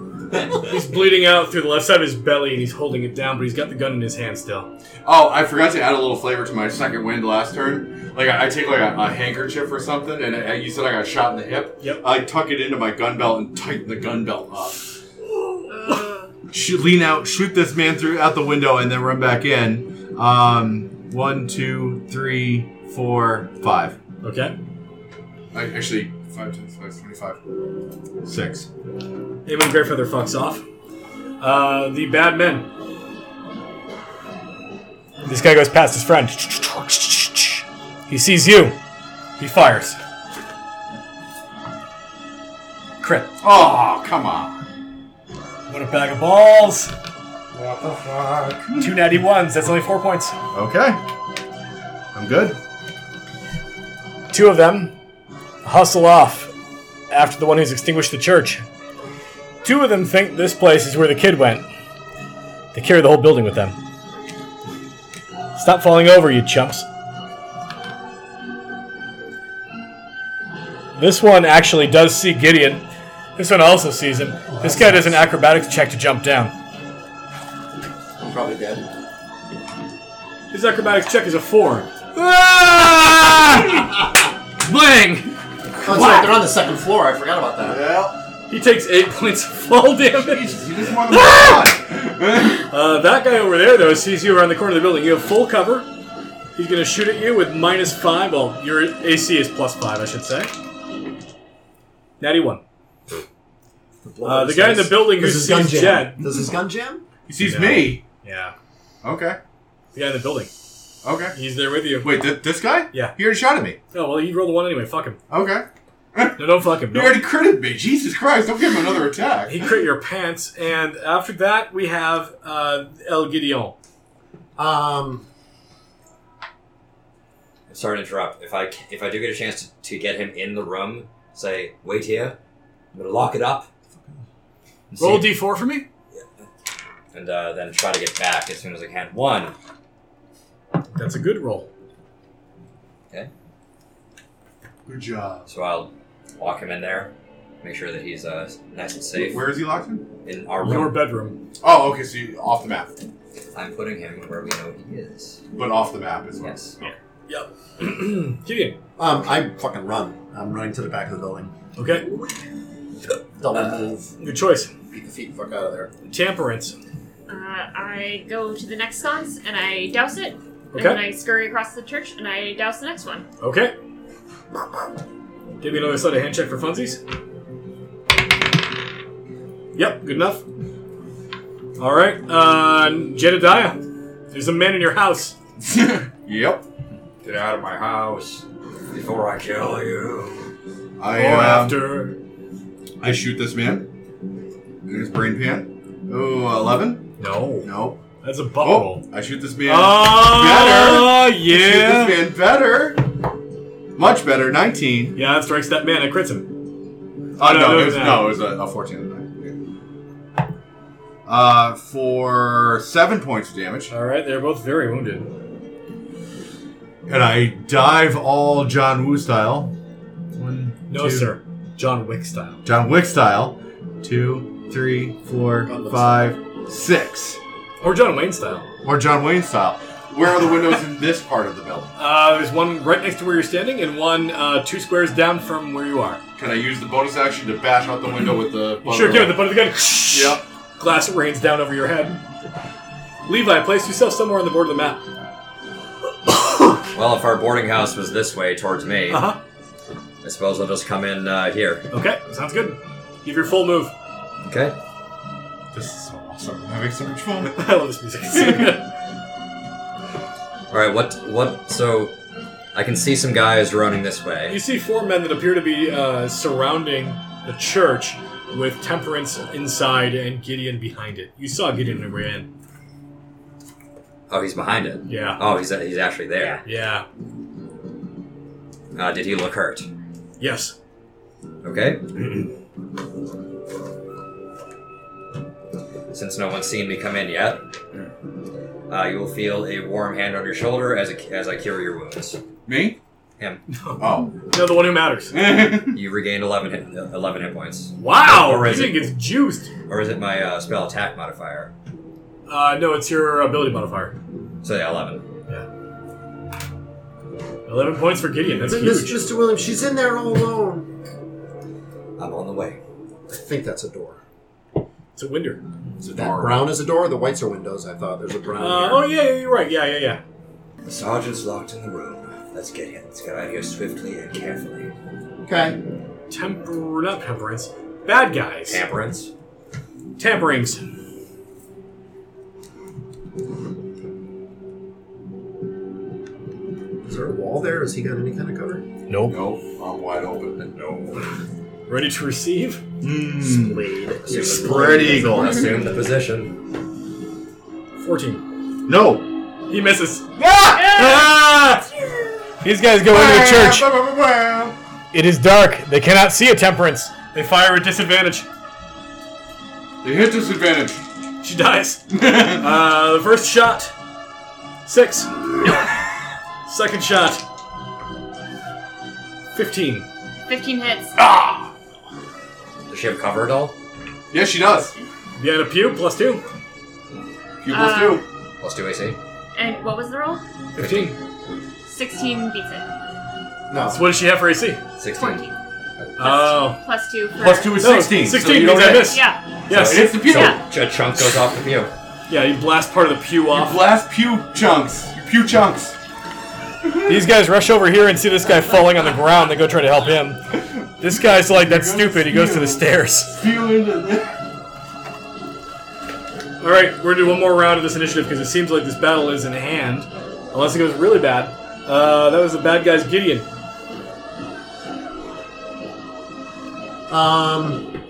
Speaker 3: he's bleeding out through the left side of his belly, and he's holding it down, but he's got the gun in his hand still.
Speaker 2: Oh, I forgot to add a little flavor to my second wind last turn. Like I, I take like a, a handkerchief or something, and I, you said I got shot in the hip.
Speaker 3: Yep.
Speaker 2: I tuck it into my gun belt and tighten the gun belt up. Shoot, lean out, shoot this man through out the window, and then run back in. Um, one, two, three, four, five.
Speaker 3: Okay.
Speaker 2: I, actually, five times five is twenty-five. Six.
Speaker 3: Amon Greyfeather fucks off. Uh, the bad men. This guy goes past his friend. He sees you. He fires. Crit.
Speaker 2: Oh, come on.
Speaker 3: What a bag of balls. What the fuck? Two natty ones. That's only four points.
Speaker 2: Okay. I'm good.
Speaker 3: Two of them hustle off after the one who's extinguished the church. Two of them think this place is where the kid went. They carry the whole building with them. Stop falling over, you chumps. This one actually does see Gideon. This one also sees him. This guy does an acrobatics check to jump down.
Speaker 6: I'm probably dead.
Speaker 3: His acrobatics check is a four. Bling!
Speaker 6: Oh, that's right. They're on the second floor. I forgot about that.
Speaker 2: Well,
Speaker 3: He takes eight (laughs) points of fall damage.
Speaker 2: you just want to move
Speaker 3: Uh, that guy over there, though, sees you around the corner of the building. You have full cover. He's going to shoot at you with minus five. Well, your AC is plus five, I should say. Natty one. Uh, the guy in the building who
Speaker 6: This is gun
Speaker 3: sees
Speaker 6: jam.
Speaker 3: Jed.
Speaker 6: This is gun jam.
Speaker 2: He sees me.
Speaker 3: Yeah.
Speaker 2: Okay.
Speaker 3: The guy in the building.
Speaker 2: Okay.
Speaker 3: He's there with you.
Speaker 2: Wait, th- this guy?
Speaker 3: Yeah.
Speaker 2: He already shot at me.
Speaker 3: Oh, well, he rolled a one anyway. Fuck him.
Speaker 2: Okay.
Speaker 3: No, don't fuck him.
Speaker 2: He
Speaker 3: No.
Speaker 2: already critted me. Jesus Christ! Don't give him another attack.
Speaker 3: He crit your pants, and after that, we have uh, El Gideon.
Speaker 6: Um,
Speaker 4: Sorry to interrupt. If I if I do get a chance to, to get him in the room, say wait here. I'm gonna lock it up. And,
Speaker 3: Roll
Speaker 4: see-
Speaker 3: d d4 for me.
Speaker 4: and uh, then try to get back as soon as I can. One.
Speaker 3: That's a good roll.
Speaker 2: Good job.
Speaker 4: So I'll walk him in there, make sure that he's uh, nice and safe
Speaker 2: Where is he locked in?
Speaker 4: in our
Speaker 3: Your
Speaker 4: room.
Speaker 3: bedroom.
Speaker 2: Oh, okay. So you, off the map,
Speaker 4: I'm putting him where we know he is.
Speaker 2: but off the map as well.
Speaker 4: Yes.
Speaker 3: Yep. (clears throat) Gideon.
Speaker 6: um, I fucking run. I'm running to the back of the building. Uh,
Speaker 3: Okay.
Speaker 6: Double move.
Speaker 3: Good choice.
Speaker 6: Beat the feet fuck out of there.
Speaker 3: Temperance.
Speaker 7: Uh, I go to the next sconce and I douse it.
Speaker 3: Okay.
Speaker 7: And then I scurry across the church and I douse the next one.
Speaker 3: Okay. Give me another sleight of hand check for funsies. Yep, good enough. All right, uh, Jedediah, there's a man in your house.
Speaker 2: (laughs) Yep.
Speaker 4: Get out of my house before I kill you.
Speaker 2: I
Speaker 3: Or
Speaker 2: um,
Speaker 3: after
Speaker 2: I shoot this man in his brain pan. Oh, 11?
Speaker 3: no,
Speaker 2: No.
Speaker 3: that's a
Speaker 2: Oh,
Speaker 3: bubble.
Speaker 2: I shoot this man.
Speaker 3: Oh,
Speaker 2: I Shoot
Speaker 3: yeah,
Speaker 2: this man better. Much better. 19.
Speaker 3: yeah, that strikes that man. It crits him.
Speaker 2: Oh,
Speaker 3: No,
Speaker 2: no,
Speaker 3: no,
Speaker 2: it was,
Speaker 3: no.
Speaker 2: no, it was a, a 14 and a 9. Yeah. Uh, for 7 points of damage.
Speaker 3: All right, they're both very wounded.
Speaker 2: And I dive all John Woo style. One,
Speaker 3: No,
Speaker 2: two,
Speaker 3: sir, John Wick style.
Speaker 2: John Wick style. Two, three, four,
Speaker 6: Gun looks-
Speaker 2: five, six.
Speaker 3: Or John Wayne style.
Speaker 2: Or John Wayne style. Where are the windows in this part of the building?
Speaker 3: Uh, there's one right next to where you're standing, and one uh, two squares down from where you are.
Speaker 2: Can I use the bonus action to bash out the window with the?
Speaker 3: You sure can with the butt of the gun.
Speaker 2: Yep.
Speaker 3: Glass rains down over your head. Levi, place yourself somewhere on the board of the map.
Speaker 4: Well, if our boarding house was this way towards me,
Speaker 3: Uh huh.
Speaker 4: I suppose I'll just come in uh, here.
Speaker 3: Okay, sounds good. Give your full move.
Speaker 4: Okay.
Speaker 2: This is so awesome. I'm having so much fun.
Speaker 3: (laughs) I love this music. (laughs)
Speaker 4: All right. What? What? So, I can see some guys running this
Speaker 3: you
Speaker 4: way.
Speaker 3: see four men that appear to be uh, surrounding the church with Temperance inside and Gideon behind it. You saw Gideon when we were in.
Speaker 4: Oh, he's behind it.
Speaker 3: Yeah.
Speaker 4: Oh, he's he's actually there.
Speaker 3: Yeah.
Speaker 4: Uh, did he look hurt?
Speaker 3: Yes.
Speaker 4: Okay. (clears throat) Since no one's seen me come in yet, uh, you will feel a warm hand on your shoulder as, a, as I cure your wounds.
Speaker 2: Me?
Speaker 4: Him.
Speaker 2: Oh.
Speaker 3: No, the one who matters.
Speaker 4: You regained 11 hit, uh, 11 hit points.
Speaker 3: Wow!
Speaker 4: Or is
Speaker 3: Gideon
Speaker 4: it-
Speaker 3: gets juiced.
Speaker 4: Or is it my uh, spell attack modifier?
Speaker 3: Uh, no, it's your ability modifier.
Speaker 4: So yeah, 11.
Speaker 3: 11 points for Gideon. That's
Speaker 6: Miss-
Speaker 3: huge.
Speaker 6: Mr. Williams, she's in there all alone.
Speaker 4: I'm on the way.
Speaker 6: I think that's a door.
Speaker 3: It's a winder.
Speaker 2: It's a
Speaker 6: That
Speaker 2: door.
Speaker 6: brown is a door. The whites are windows. I thought there's a brown.
Speaker 3: Uh,
Speaker 6: here.
Speaker 3: oh, yeah, yeah, you're right. Yeah, yeah, yeah.
Speaker 4: The sergeant's locked in the room. Let's get him. Let's get out of here swiftly and carefully.
Speaker 6: Okay.
Speaker 3: Temper, not temperance. Bad guys.
Speaker 4: Tamperance.
Speaker 3: Tamperings.
Speaker 6: Is there a wall there? Has he got any kind of cover?
Speaker 1: Nope.
Speaker 2: No, I'm wide open.
Speaker 4: No.
Speaker 3: Ready to receive? Hmm.
Speaker 2: Mm.
Speaker 6: Blade.
Speaker 4: Assume the-
Speaker 2: spread eagle.
Speaker 4: Assume the position.
Speaker 3: 14.
Speaker 2: No.
Speaker 3: He misses. Ah!
Speaker 1: Ah! These guys go into a church.
Speaker 2: Wah-wah-wah-wah.
Speaker 1: It is dark. They cannot see a temperance.
Speaker 3: They fire at disadvantage.
Speaker 2: They hit disadvantage.
Speaker 1: (laughs)
Speaker 3: She dies. uh, the first shot, six. Second shot, 15.
Speaker 7: 15 hits.
Speaker 3: Ah!
Speaker 4: Does she have cover at all?
Speaker 2: Yes, she does.
Speaker 3: Behind a pew, plus two.
Speaker 2: Pupils
Speaker 7: Uh,
Speaker 2: do.
Speaker 4: Plus two AC.
Speaker 7: And what was the roll?
Speaker 3: 15.
Speaker 7: 16 beats it.
Speaker 6: No.
Speaker 3: So what does she have for AC?
Speaker 4: 16.
Speaker 7: 14.
Speaker 4: Uh,
Speaker 3: Oh.
Speaker 7: Plus 2 for.
Speaker 2: Plus two is
Speaker 3: No,
Speaker 2: sixteen.
Speaker 3: 16
Speaker 2: so you
Speaker 3: means
Speaker 2: don't
Speaker 3: I
Speaker 2: hit.
Speaker 3: miss.
Speaker 7: Yeah.
Speaker 2: It hits
Speaker 3: Yes.
Speaker 2: the pew.
Speaker 4: So
Speaker 2: You
Speaker 7: Yeah.
Speaker 4: a chunk goes off the pew.
Speaker 3: Yeah, you blast part of the pew off.
Speaker 2: blast pew chunks. You pew chunks.
Speaker 1: These guys rush over here and see this guy falling on the ground. They go try to help him. This guy's like, that's stupid. He goes to the stairs.
Speaker 2: Pew into the.
Speaker 3: All right, we're gonna do one more round of this initiative because it seems like this battle is in hand, unless it goes really bad. Uh, that was the bad guy's Gideon.
Speaker 6: Um,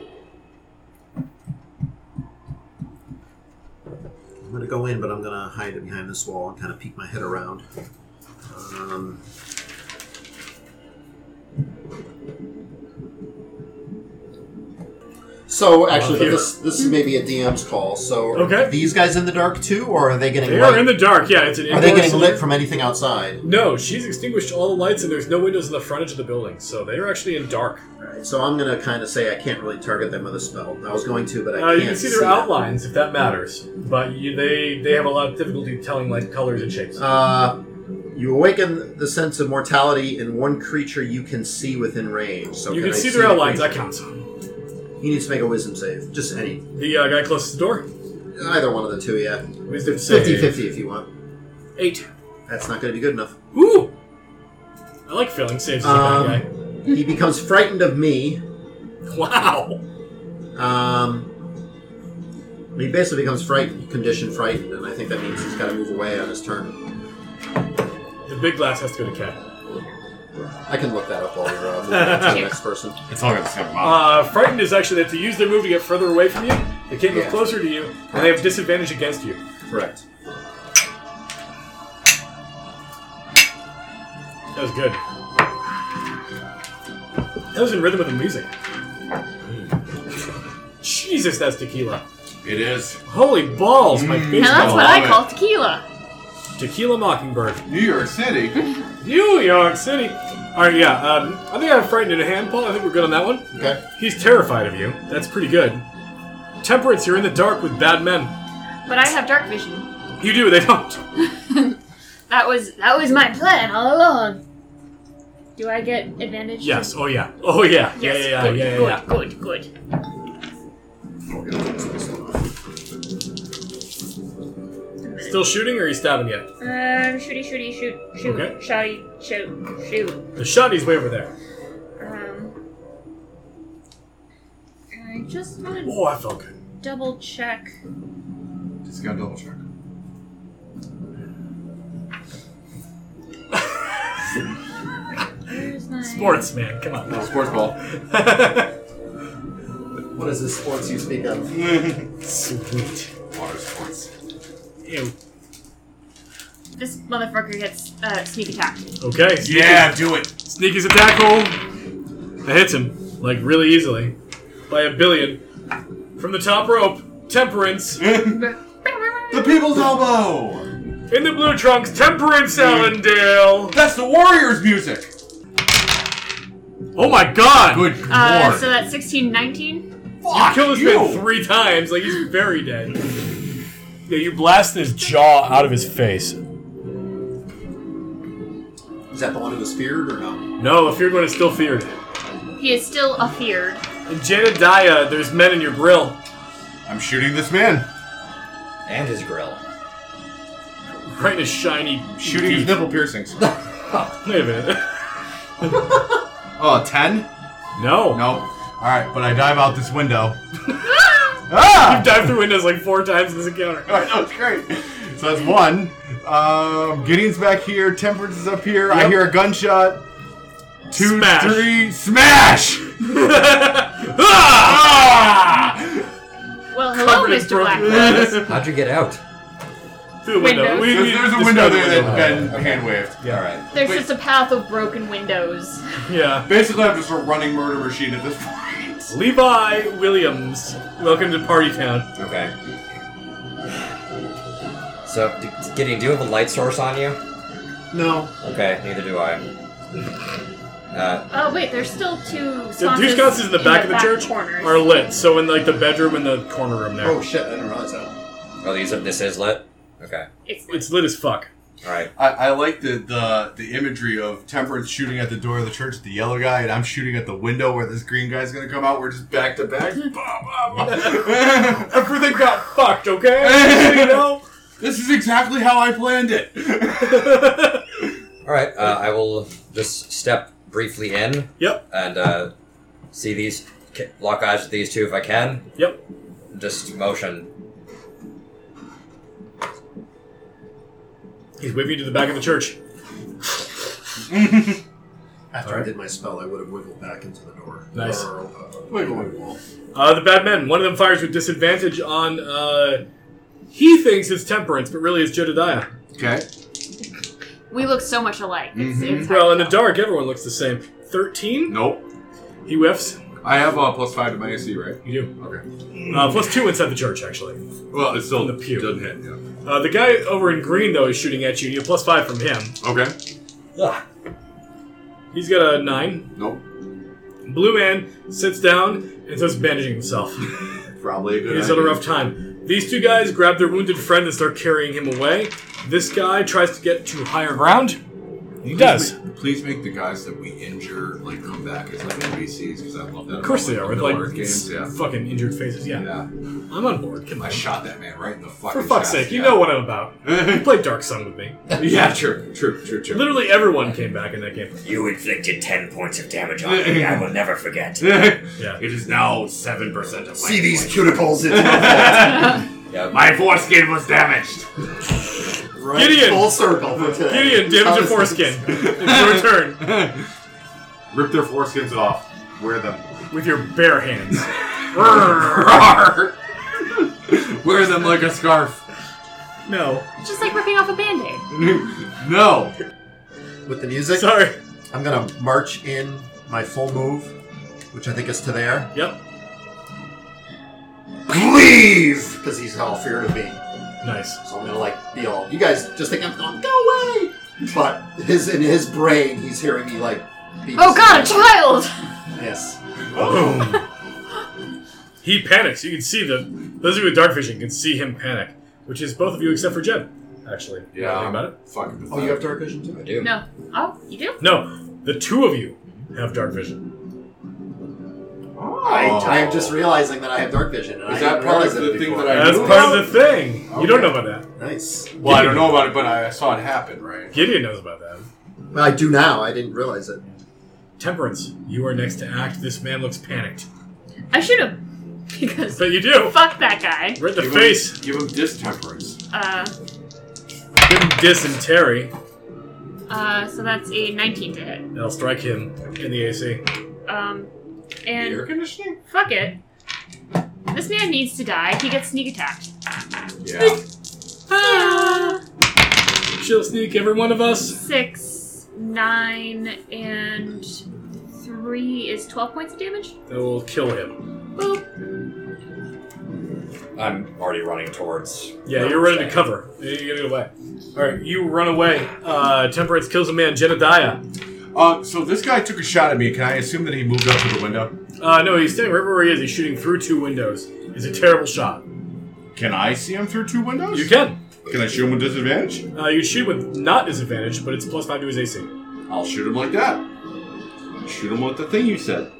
Speaker 6: I'm gonna go in, but I'm gonna hide it behind this wall and kind of peek my head around. Um, so actually,
Speaker 3: Here.
Speaker 6: this this is maybe a DM's call. So are
Speaker 3: Okay.
Speaker 6: these guys in the dark too, or are they getting
Speaker 3: They
Speaker 6: light?
Speaker 3: are in the dark. Yeah, it's an
Speaker 6: are they
Speaker 3: indoor
Speaker 6: getting
Speaker 3: saloon.
Speaker 6: lit from anything outside?
Speaker 3: No, she's extinguished all the lights, and there's no windows in the frontage of the building, so they are actually in dark.
Speaker 6: Alright, so I'm gonna kind of say I can't really target them with a spell. I was going to, but I
Speaker 3: Uh,
Speaker 6: can't.
Speaker 3: you can see their
Speaker 6: them.
Speaker 3: outlines if that matters, but you, they they have a lot of difficulty telling like colors and shapes.
Speaker 6: Uh, you awaken the sense of mortality in one creature you can see within range. So
Speaker 3: you can
Speaker 6: I
Speaker 3: see their outlines.
Speaker 6: the
Speaker 3: That counts.
Speaker 6: creature? He needs to make a wisdom save. Just any,
Speaker 3: The uh, guy closest to the door.
Speaker 6: either one of the two. Yeah,
Speaker 3: Wisdom save.
Speaker 6: 50-50 if you want.
Speaker 3: Eight.
Speaker 6: That's not going to be good enough.
Speaker 3: (laughs) Ooh. I like failing saves as a bad guy.
Speaker 6: Um, he becomes frightened of me.
Speaker 3: Wow.
Speaker 6: Um, he basically becomes frightened, condition frightened, and I think that means he's got to move away on his turn.
Speaker 3: The big glass has to go to Cat.
Speaker 6: I can look that up while you're uh, moving on to the next person.
Speaker 5: It's all got the same amount.
Speaker 3: Uh, frightened is actually they have to use their move to get further away from you. They can't move
Speaker 6: Yeah.
Speaker 3: closer to you, and they have disadvantage against you.
Speaker 6: Correct.
Speaker 3: That was good. That was in rhythm with the music. Jesus, that's tequila.
Speaker 5: It is.
Speaker 3: Holy balls, my
Speaker 5: Mm.
Speaker 7: Now that's
Speaker 3: baseball.
Speaker 7: what
Speaker 5: love
Speaker 7: I
Speaker 5: it.
Speaker 7: call tequila.
Speaker 3: Tequila Mockingbird.
Speaker 2: New York City.
Speaker 3: New York City. All right, yeah. Um, I think I have frightened in a hand, Paul. I think we're good on that one.
Speaker 6: Okay.
Speaker 3: He's terrified of you. That's pretty good. Temperance, you're in the dark with bad men.
Speaker 7: But I have dark vision.
Speaker 3: You do, they don't.
Speaker 7: That was that was my plan all along. Do I get advantage?
Speaker 3: Yes. Oh yeah. Oh yeah. Yeah
Speaker 7: Yes.
Speaker 3: yeah yeah
Speaker 7: good,
Speaker 3: yeah yeah.
Speaker 7: good,
Speaker 3: yeah.
Speaker 7: good, good.
Speaker 3: Still shooting or he's stabbing you?
Speaker 7: Um, shooty, shooty, shoot, shoot,
Speaker 3: Okay.
Speaker 7: shotty, shoot, shoot.
Speaker 3: The shotty's way over there.
Speaker 7: Um, I just want to
Speaker 3: Oh, I felt good.
Speaker 7: double check.
Speaker 2: Just gotta double check.
Speaker 7: Where's my
Speaker 3: Sports man, come on.
Speaker 2: Sports ball.
Speaker 3: (laughs)
Speaker 6: What is this sports you speak of?
Speaker 3: Sweet.
Speaker 5: Water sports.
Speaker 3: Ew.
Speaker 7: This motherfucker gets uh, sneak attack.
Speaker 3: Okay. Sneak
Speaker 5: Yeah, do it.
Speaker 3: Sneaky's a tackle. That hits him like really easily by a billion from the top rope. Temperance
Speaker 5: The people's elbow.
Speaker 3: in the blue trunks. Temperance Allendale.
Speaker 2: That's the Warriors music.
Speaker 3: Oh my God!
Speaker 5: Good
Speaker 7: Uh,
Speaker 5: lord.
Speaker 7: so that's 16, 19.
Speaker 5: Fuck
Speaker 3: Kill this
Speaker 5: you.
Speaker 3: man three times. Like he's very dead. Yeah, you blast his jaw out of his face.
Speaker 6: Is that the one who was feared or no?
Speaker 3: No, if you're going to still feared.
Speaker 7: He is still afeared.
Speaker 3: In Jedediah, there's men in your grill.
Speaker 5: I'm shooting this man.
Speaker 4: And his grill.
Speaker 3: Right in his shiny.
Speaker 5: Shooting his nipple
Speaker 2: piercings.
Speaker 3: Wait a minute.
Speaker 5: (laughs)
Speaker 3: (laughs)
Speaker 5: Oh, 10?
Speaker 3: No.
Speaker 5: Nope. Alright, but I dive out this
Speaker 7: (laughs)
Speaker 5: window. ah! (laughs)
Speaker 3: I've dived through windows like four times in this encounter.
Speaker 5: Alright, that was great. So that's one. Um, Gideon's back here. Temperance is up here. I
Speaker 3: Yep.
Speaker 5: hear a gunshot. Two,
Speaker 3: Smash. (laughs)
Speaker 5: three, smash!
Speaker 3: Ah!
Speaker 7: Well, hello,
Speaker 3: Covered in
Speaker 7: Mr.
Speaker 3: broken
Speaker 7: Black.
Speaker 4: How'd you get out?
Speaker 3: Through the window.
Speaker 7: Windows.
Speaker 3: We- we-
Speaker 5: There's, there's a
Speaker 3: this
Speaker 5: window
Speaker 3: other
Speaker 5: there
Speaker 3: window.
Speaker 5: that Ben hand waved.
Speaker 4: Yeah. All right.
Speaker 7: There's
Speaker 2: Wait.
Speaker 7: just a path of broken windows.
Speaker 3: Yeah.
Speaker 2: Basically, I'm just a running murder machine at this point.
Speaker 3: Levi Williams, welcome to Party Town.
Speaker 4: Okay. So, D- Gideon, do you have a light source on you?
Speaker 6: No.
Speaker 4: Okay, neither do I. Uh,
Speaker 7: Oh wait, there's still two sconces.
Speaker 3: The two sconces in the back of the church
Speaker 7: corners.
Speaker 3: are lit, so in like the bedroom and the corner room there.
Speaker 6: Oh shit! I didn't realize that.
Speaker 4: oh, these are, this is lit? Okay.
Speaker 7: It's-
Speaker 3: It's lit as fuck.
Speaker 4: All right.
Speaker 5: I, I like the, the the imagery of Temperance shooting at the door of the church, the yellow guy, and I'm shooting at the window where this green guy's gonna come out. We're just back to
Speaker 2: (laughs)
Speaker 5: back. (laughs)
Speaker 3: Everything got fucked, okay? (laughs) you know?
Speaker 5: this is exactly how I planned it. (laughs)
Speaker 4: All right. Uh, I will just step briefly in
Speaker 3: Yep,
Speaker 4: and uh, see these, ca- lock eyes with these two if I can.
Speaker 3: yep.
Speaker 4: Just motion.
Speaker 3: He's waving you to the back of the church.
Speaker 6: After I
Speaker 3: Alright.
Speaker 6: did my spell, I would have wiggled back into the door.
Speaker 3: Nice.
Speaker 6: Or, uh,
Speaker 5: Wiggle, wiggle.
Speaker 3: Uh, the bad men. One of them fires with disadvantage on. Uh, he thinks it's temperance, but really it's Jedediah.
Speaker 5: Okay.
Speaker 7: We look so much alike. It's, it's hard
Speaker 3: Mm-hmm. Well, in
Speaker 7: to
Speaker 3: the
Speaker 7: tell.
Speaker 3: dark, everyone looks the same. Thirteen.
Speaker 2: Nope.
Speaker 3: He whiffs.
Speaker 2: I have uh, plus five to my AC, right?
Speaker 3: You do.
Speaker 2: Okay.
Speaker 3: Uh, plus two inside the church, actually.
Speaker 2: Well, it still
Speaker 3: On the pew.
Speaker 2: doesn't hit. Yeah.
Speaker 3: Uh, the guy over in green though is shooting at you. You have plus five from him.
Speaker 2: Okay.
Speaker 3: He's got a nine.
Speaker 2: Nope.
Speaker 3: Blue man sits down and starts bandaging himself. (laughs)
Speaker 5: Probably a good
Speaker 3: He's had
Speaker 5: idea.
Speaker 3: a rough time. These two guys grab their wounded friend and start carrying him away. This guy tries to get to higher ground. He does.
Speaker 2: Please make, please make the guys that we injure like come back as like NPCs because I love that.
Speaker 3: Of course they are with like
Speaker 2: games. Yeah.
Speaker 3: fucking injured faces. Yeah.
Speaker 2: Yeah.
Speaker 3: I'm on board. Come
Speaker 2: I
Speaker 3: on.
Speaker 2: shot that man right in the fucking.
Speaker 3: For fuck's sake, you know what I'm about. You played Dark Sun with me.
Speaker 2: yeah. True. True. True. True.
Speaker 3: Literally everyone came back in that game.
Speaker 4: You inflicted 10 points of damage on me. I will never
Speaker 2: (laughs)
Speaker 4: forget.
Speaker 3: Yeah.
Speaker 5: It is now seven percent of my.
Speaker 6: See these cuticles?
Speaker 2: (laughs)
Speaker 6: It's my
Speaker 5: My foreskin was damaged.
Speaker 6: fault. Right,
Speaker 3: Gideon!
Speaker 6: Full circle for today.
Speaker 3: Gideon, damage your foreskin. It's your turn
Speaker 5: Rip their foreskins off. Wear them.
Speaker 3: with your bare (laughs) hands.
Speaker 2: (laughs) Wear them like a scarf.
Speaker 3: No.
Speaker 7: It's just like ripping off a band-aid.
Speaker 5: no.
Speaker 6: With the music,
Speaker 3: Sorry.
Speaker 6: I'm gonna march in my full move, which I think is to there.
Speaker 3: Yep.
Speaker 6: Please, because he's all feared of me.
Speaker 3: Nice.
Speaker 6: So I'm gonna like be all you guys just think I'm going go away, but his in his brain he's hearing me like. Be
Speaker 7: Oh god, a child!
Speaker 6: Yes.
Speaker 3: He panics. You can see the those of you with dark vision can see him panic, which is both of you except for Jeb, actually.
Speaker 2: Yeah.
Speaker 3: Think about it.
Speaker 2: Fucking.
Speaker 6: Oh, you have dark vision too.
Speaker 4: do.
Speaker 7: No. Oh, you do?
Speaker 3: No, the two of you have dark vision.
Speaker 6: I, I am just realizing that I have dark vision. And
Speaker 2: Oh. Is
Speaker 6: I
Speaker 2: that
Speaker 6: didn't
Speaker 2: part
Speaker 6: realize
Speaker 2: of
Speaker 6: it
Speaker 2: the thing
Speaker 6: before.
Speaker 2: that I
Speaker 3: That's
Speaker 2: do?
Speaker 3: part of the thing. You don't know about that.
Speaker 6: Nice.
Speaker 2: Well, I don't know about it, but I saw it happen, right?
Speaker 3: Gideon knows about that.
Speaker 6: Well, I do now. I didn't realize it.
Speaker 3: Temperance, you are next to act. This man looks panicked.
Speaker 7: I should have. (laughs) Because
Speaker 3: But you do.
Speaker 7: fuck that guy.
Speaker 3: Right in the
Speaker 2: Give him-
Speaker 3: face.
Speaker 2: Give him distemperance.
Speaker 7: Uh,
Speaker 3: Give him dysentery.
Speaker 7: uh, so that's a 19 to hit.
Speaker 3: That'll strike him in the AC.
Speaker 7: Um, and
Speaker 2: Air conditioning?
Speaker 7: fuck it. This man needs to die. He gets sneak attacked.
Speaker 2: Yeah.
Speaker 7: Ah!
Speaker 3: She'll sneak every one of us.
Speaker 7: Six, nine, and three is 12 points of damage.
Speaker 3: That will kill him.
Speaker 7: Boop.
Speaker 4: I'm already running towards.
Speaker 3: Yeah, you're running to cover. You gotta get away. Alright, you run away. Uh, Temperance kills a man, Jedediah.
Speaker 2: Uh, so this guy took a shot at me. Can I assume that he moved up to the window?
Speaker 3: Uh, no, he's standing right where he is. He's shooting through two windows. It's a terrible shot.
Speaker 2: Can I see him through two windows?
Speaker 3: You can.
Speaker 2: Can I shoot him with disadvantage?
Speaker 3: Uh, you shoot with not disadvantage, but it's plus five to his AC.
Speaker 2: I'll shoot him like that. Shoot him with the thing you said.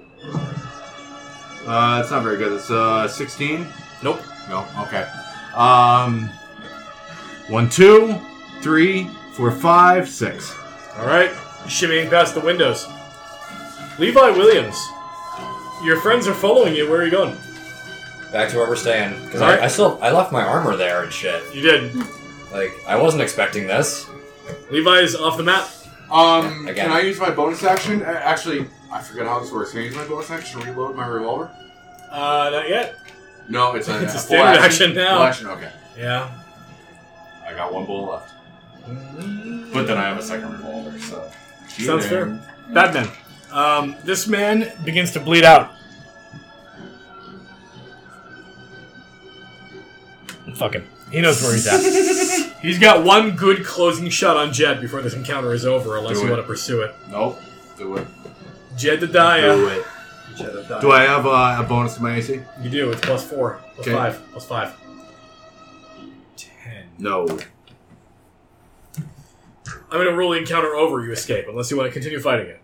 Speaker 2: Uh, it's not very good. It's uh, 16.
Speaker 3: Nope.
Speaker 2: No. Okay. Um, one, two, three, four, five, six.
Speaker 3: All right, shimmying past the windows. Levi Williams, your friends are following you. Where are you going?
Speaker 4: Back to where we're staying. Because
Speaker 3: Alright.
Speaker 4: I, I still. I left my armor there and shit.
Speaker 3: You did.
Speaker 4: Like, I wasn't expecting this.
Speaker 3: Levi is off the map.
Speaker 2: Um,
Speaker 4: Again.
Speaker 2: can I use my bonus action? Uh, actually, I forget how this works. Can I use my bonus action to reload my revolver?
Speaker 3: Uh, not yet.
Speaker 2: No, it's a,
Speaker 3: (laughs) It's a
Speaker 2: full
Speaker 3: standard action now.
Speaker 2: Full action, okay.
Speaker 3: Yeah.
Speaker 2: I got one bullet left. But then I have a second revolver, so.
Speaker 3: Sounds fair. Batman. Um, this man begins to bleed out. Fuck him. He knows where he's at. he's got one good closing shot on Jed before this encounter is over, unless
Speaker 2: Do
Speaker 3: you
Speaker 2: it.
Speaker 3: want to pursue it.
Speaker 2: Nope. Do it.
Speaker 3: Jedediah.
Speaker 2: it.
Speaker 6: Jedediah.
Speaker 2: Do I have uh, a bonus to my AC?
Speaker 3: You do. It's plus four, plus
Speaker 2: Okay.
Speaker 3: five, plus five. Ten.
Speaker 2: No.
Speaker 3: I'm gonna roll the encounter over. You escape unless you want to continue fighting it.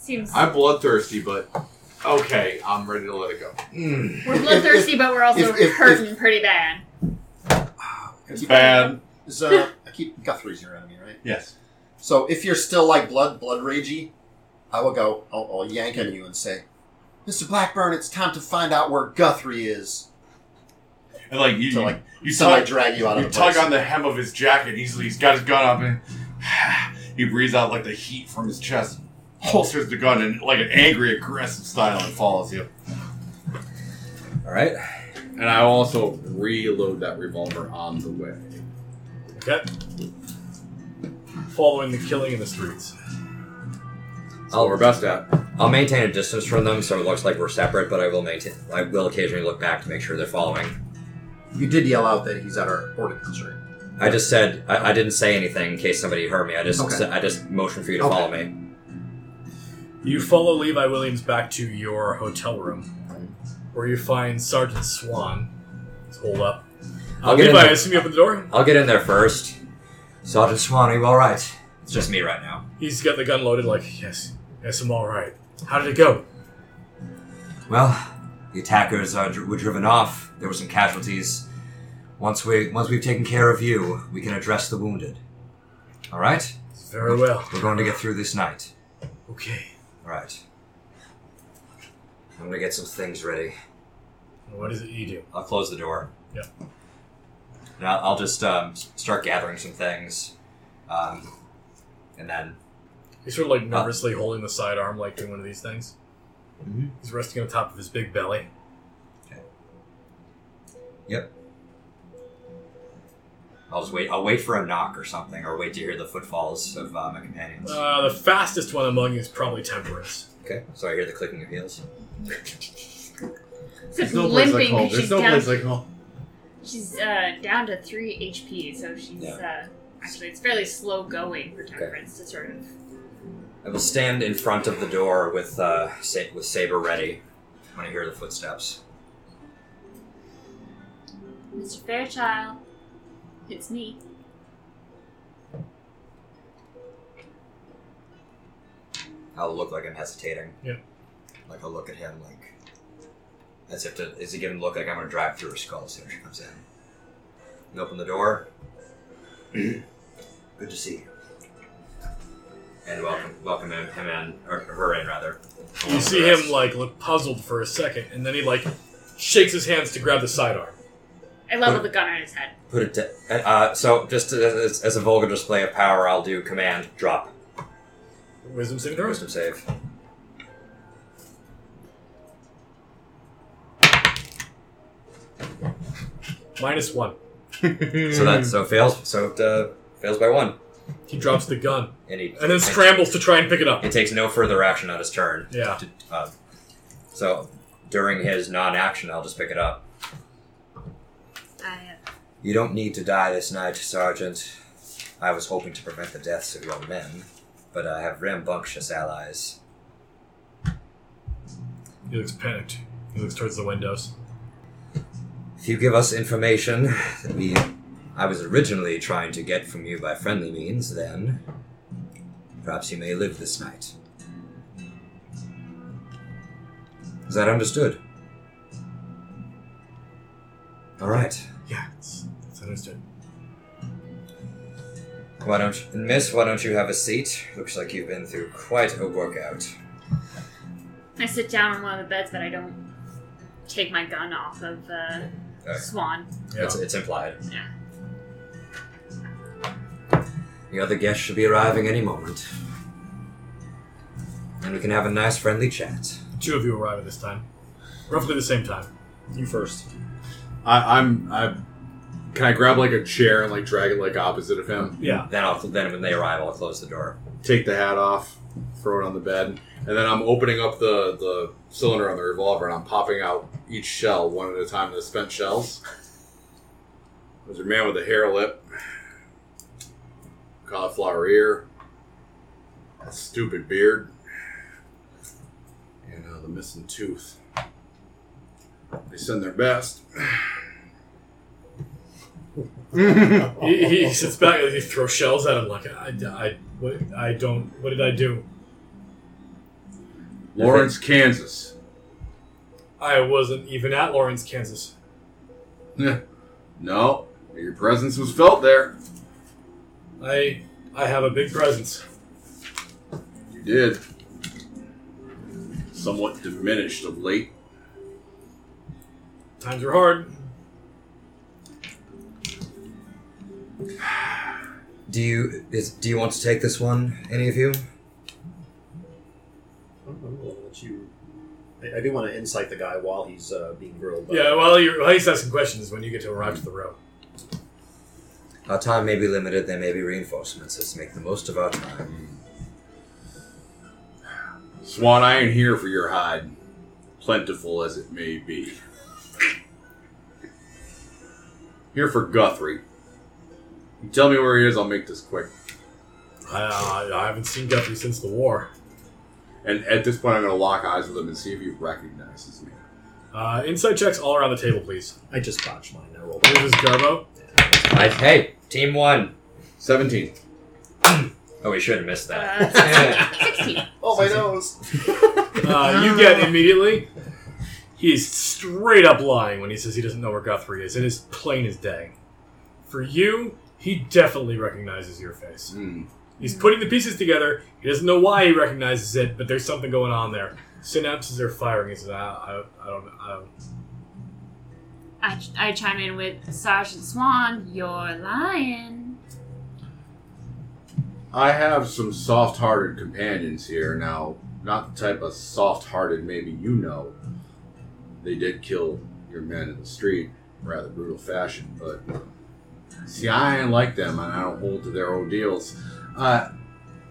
Speaker 7: Seems.
Speaker 2: I'm bloodthirsty, but okay, I'm ready to let it go.
Speaker 7: we're bloodthirsty, but we're also
Speaker 6: if- if-
Speaker 7: hurting pretty bad.
Speaker 2: It's bad.
Speaker 6: Is, uh, I keep Guthrie's your enemy, right?
Speaker 2: Yes.
Speaker 6: So if you're still like blood blood ragey, I will go. I'll, I'll yank on you and say, "Mr. Blackburn, it's time to find out where Guthrie is."
Speaker 5: and like you,
Speaker 6: So, like,
Speaker 5: you, you
Speaker 6: So I
Speaker 5: tug,
Speaker 6: drag you out of
Speaker 5: you
Speaker 6: the place.
Speaker 5: tug on the hem of his jacket. He's he's got his gun up and (sighs) he breathes out like the heat from his chest. Holsters the gun and like an angry, aggressive style and follows you.
Speaker 4: All right.
Speaker 2: And I also reload that revolver on the way.
Speaker 3: Okay. Following the killing in the streets.
Speaker 2: That's
Speaker 5: Oh.
Speaker 2: what we're best at.
Speaker 4: I'll maintain a distance from them, so it looks like we're separate. But I will maintain. I will occasionally look back to make sure they're following.
Speaker 6: You did yell out that he's at our boarding house, right?
Speaker 4: I just said I, I didn't say anything in case somebody heard me. I just
Speaker 6: Okay.
Speaker 4: said- I just motioned for you to
Speaker 6: Okay.
Speaker 4: follow me.
Speaker 3: You follow Levi Williams back to your hotel room, where you find Sergeant Swan. He's holed up. Uh,
Speaker 4: I'll get in
Speaker 3: Levi,
Speaker 4: there.
Speaker 3: I assume you open the door.
Speaker 4: I'll get in there first. Sergeant Swan, are you all right? It's just me right now.
Speaker 3: He's got the gun loaded. Like, yes, yes, I'm all right. How did it go?
Speaker 4: Well, the attackers are, dr- were driven off. There were some casualties. Once we once we've taken care of you, we can address the wounded. All right,
Speaker 3: Very well.
Speaker 4: we're going to get through this night.
Speaker 3: Okay.
Speaker 4: All right. I'm gonna get some things ready.
Speaker 3: What is it you do?
Speaker 4: I'll close the door.
Speaker 3: Yep.
Speaker 4: And I'll, I'll just um, s- start gathering some things, um, and then
Speaker 3: He's sort of like
Speaker 4: Uh,
Speaker 3: nervously holding the sidearm, like doing one of these things.
Speaker 4: Mm-hmm.
Speaker 5: Mhm.
Speaker 3: He's resting on top of his big belly.
Speaker 4: yep. I'll just wait. I'll wait for a knock or something, or wait to hear the footfalls of uh, my companions.
Speaker 3: Uh, the fastest one among you is probably Temperance.
Speaker 4: Okay, so I hear the clicking of heels.
Speaker 7: Except limping because she's, down,
Speaker 5: like home.
Speaker 7: she's uh, down to 3 HP, so she's. Uh, actually, it's fairly slow going for Temperance to sort of.
Speaker 4: I will stand in front of the door with uh, sa- with saber ready when I hear the footsteps.
Speaker 7: Mr. Fairchild, it's me.
Speaker 4: I'll look like I'm hesitating.
Speaker 3: Yeah.
Speaker 4: Like I'll look at him like as if to is he gonna look like I'm gonna drive through her skull as soon as she comes in. And open the door. Good to see you. And welcome welcome him, him in or her in rather.
Speaker 3: You see him like look puzzled for a second, and then he like shakes his hands to grab the sidearm.
Speaker 7: I leveled the gun on his head.
Speaker 4: put it to, uh, so just as, as a vulgar display of power, I'll do command drop
Speaker 3: Wisdom saving throws.
Speaker 4: wisdom save.
Speaker 3: Minus one.
Speaker 4: So that so fails so it, uh, fails by one.
Speaker 3: He drops the gun
Speaker 4: And he
Speaker 3: and then scrambles to try and pick it up.
Speaker 4: It takes no further action on his turn.
Speaker 3: Yeah.
Speaker 4: To- uh, so during his non-action, I'll just pick it up.
Speaker 7: I,
Speaker 4: You don't need to die this night, Sergeant. I was hoping to prevent the deaths of your men, but I have rambunctious allies.
Speaker 3: He looks panicked. He looks towards the windows.
Speaker 4: If you give us information that we, I was originally trying to get from you by friendly means, then perhaps you may live this night. Is that understood? All right.
Speaker 3: Yeah, it's, it's understood.
Speaker 4: Why don't you, and Miss? Why don't you have a seat? Looks like you've been through quite a workout.
Speaker 7: I sit down on one of the beds, but I don't take my gun off of uh,
Speaker 4: Okay.
Speaker 7: Swan.
Speaker 3: Yeah.
Speaker 4: It's, it's implied.
Speaker 7: Yeah.
Speaker 4: The other guest should be arriving any moment, and we can have a nice, friendly chat.
Speaker 3: Two of you arrive at this time, roughly the same time. You first.
Speaker 2: I, I'm. I can I grab like a chair and like drag it like opposite of him.
Speaker 3: Yeah.
Speaker 4: Then, I'll, then when they arrive, I'll close the door.
Speaker 2: Take the hat off, throw it on the bed, and then I'm opening up the the cylinder on the revolver and I'm popping out each shell one at a time. The spent shells. There's a man with a hair lip, cauliflower ear, a stupid beard, and uh, the missing tooth. They send their best.
Speaker 3: He, he sits back and he throws shells at him like I, I, what, I don't. What did I do?
Speaker 2: Lawrence, Kansas.
Speaker 3: I wasn't even at Lawrence, Kansas.
Speaker 2: No, your presence was felt there.
Speaker 3: I I have a big presence.
Speaker 2: You did. Somewhat diminished of late.
Speaker 3: Times were hard.
Speaker 4: Do you is, do you want to take this one, any of you?
Speaker 6: I'm gonna let you. I, I do want to incite the guy while he's uh, being grilled. by-
Speaker 3: Yeah, while you're while he's asking questions is when you get to arrive to the row.
Speaker 4: Our time may be limited. There may be reinforcements. Let's make the most of our time.
Speaker 2: Swan, I ain't here for your hide, plentiful as it may be. Here for Guthrie. You tell me where he is, I'll make this quick.
Speaker 3: I, I haven't seen Guthrie since the war.
Speaker 2: And at this point, I'm going to lock eyes with him and see if he recognizes me.
Speaker 3: Uh, insight checks all around the table, please.
Speaker 6: I just botched mine. I rolled.
Speaker 3: This is Garbo.
Speaker 4: I, hey, team one.
Speaker 2: 17.
Speaker 4: Oh, we should have missed that.
Speaker 7: Uh, 16.
Speaker 6: Oh my nose!
Speaker 3: Uh, you get immediately. He's straight up lying when he says he doesn't know where Guthrie is. It is plain as day. For you, he definitely recognizes your face.
Speaker 2: Hmm.
Speaker 3: He's putting the pieces together. He doesn't know why he recognizes it, but there's something going on there. Synapses are firing. He says, I, I, I don't know. I don't.
Speaker 7: I, I chime in with Sergeant Swan, you're lying.
Speaker 2: I have some soft hearted companions here. Now, not the type of soft hearted maybe you know. They did kill your men in the street in rather brutal fashion, but see, I ain't like them and I don't hold to their ordeals. Uh,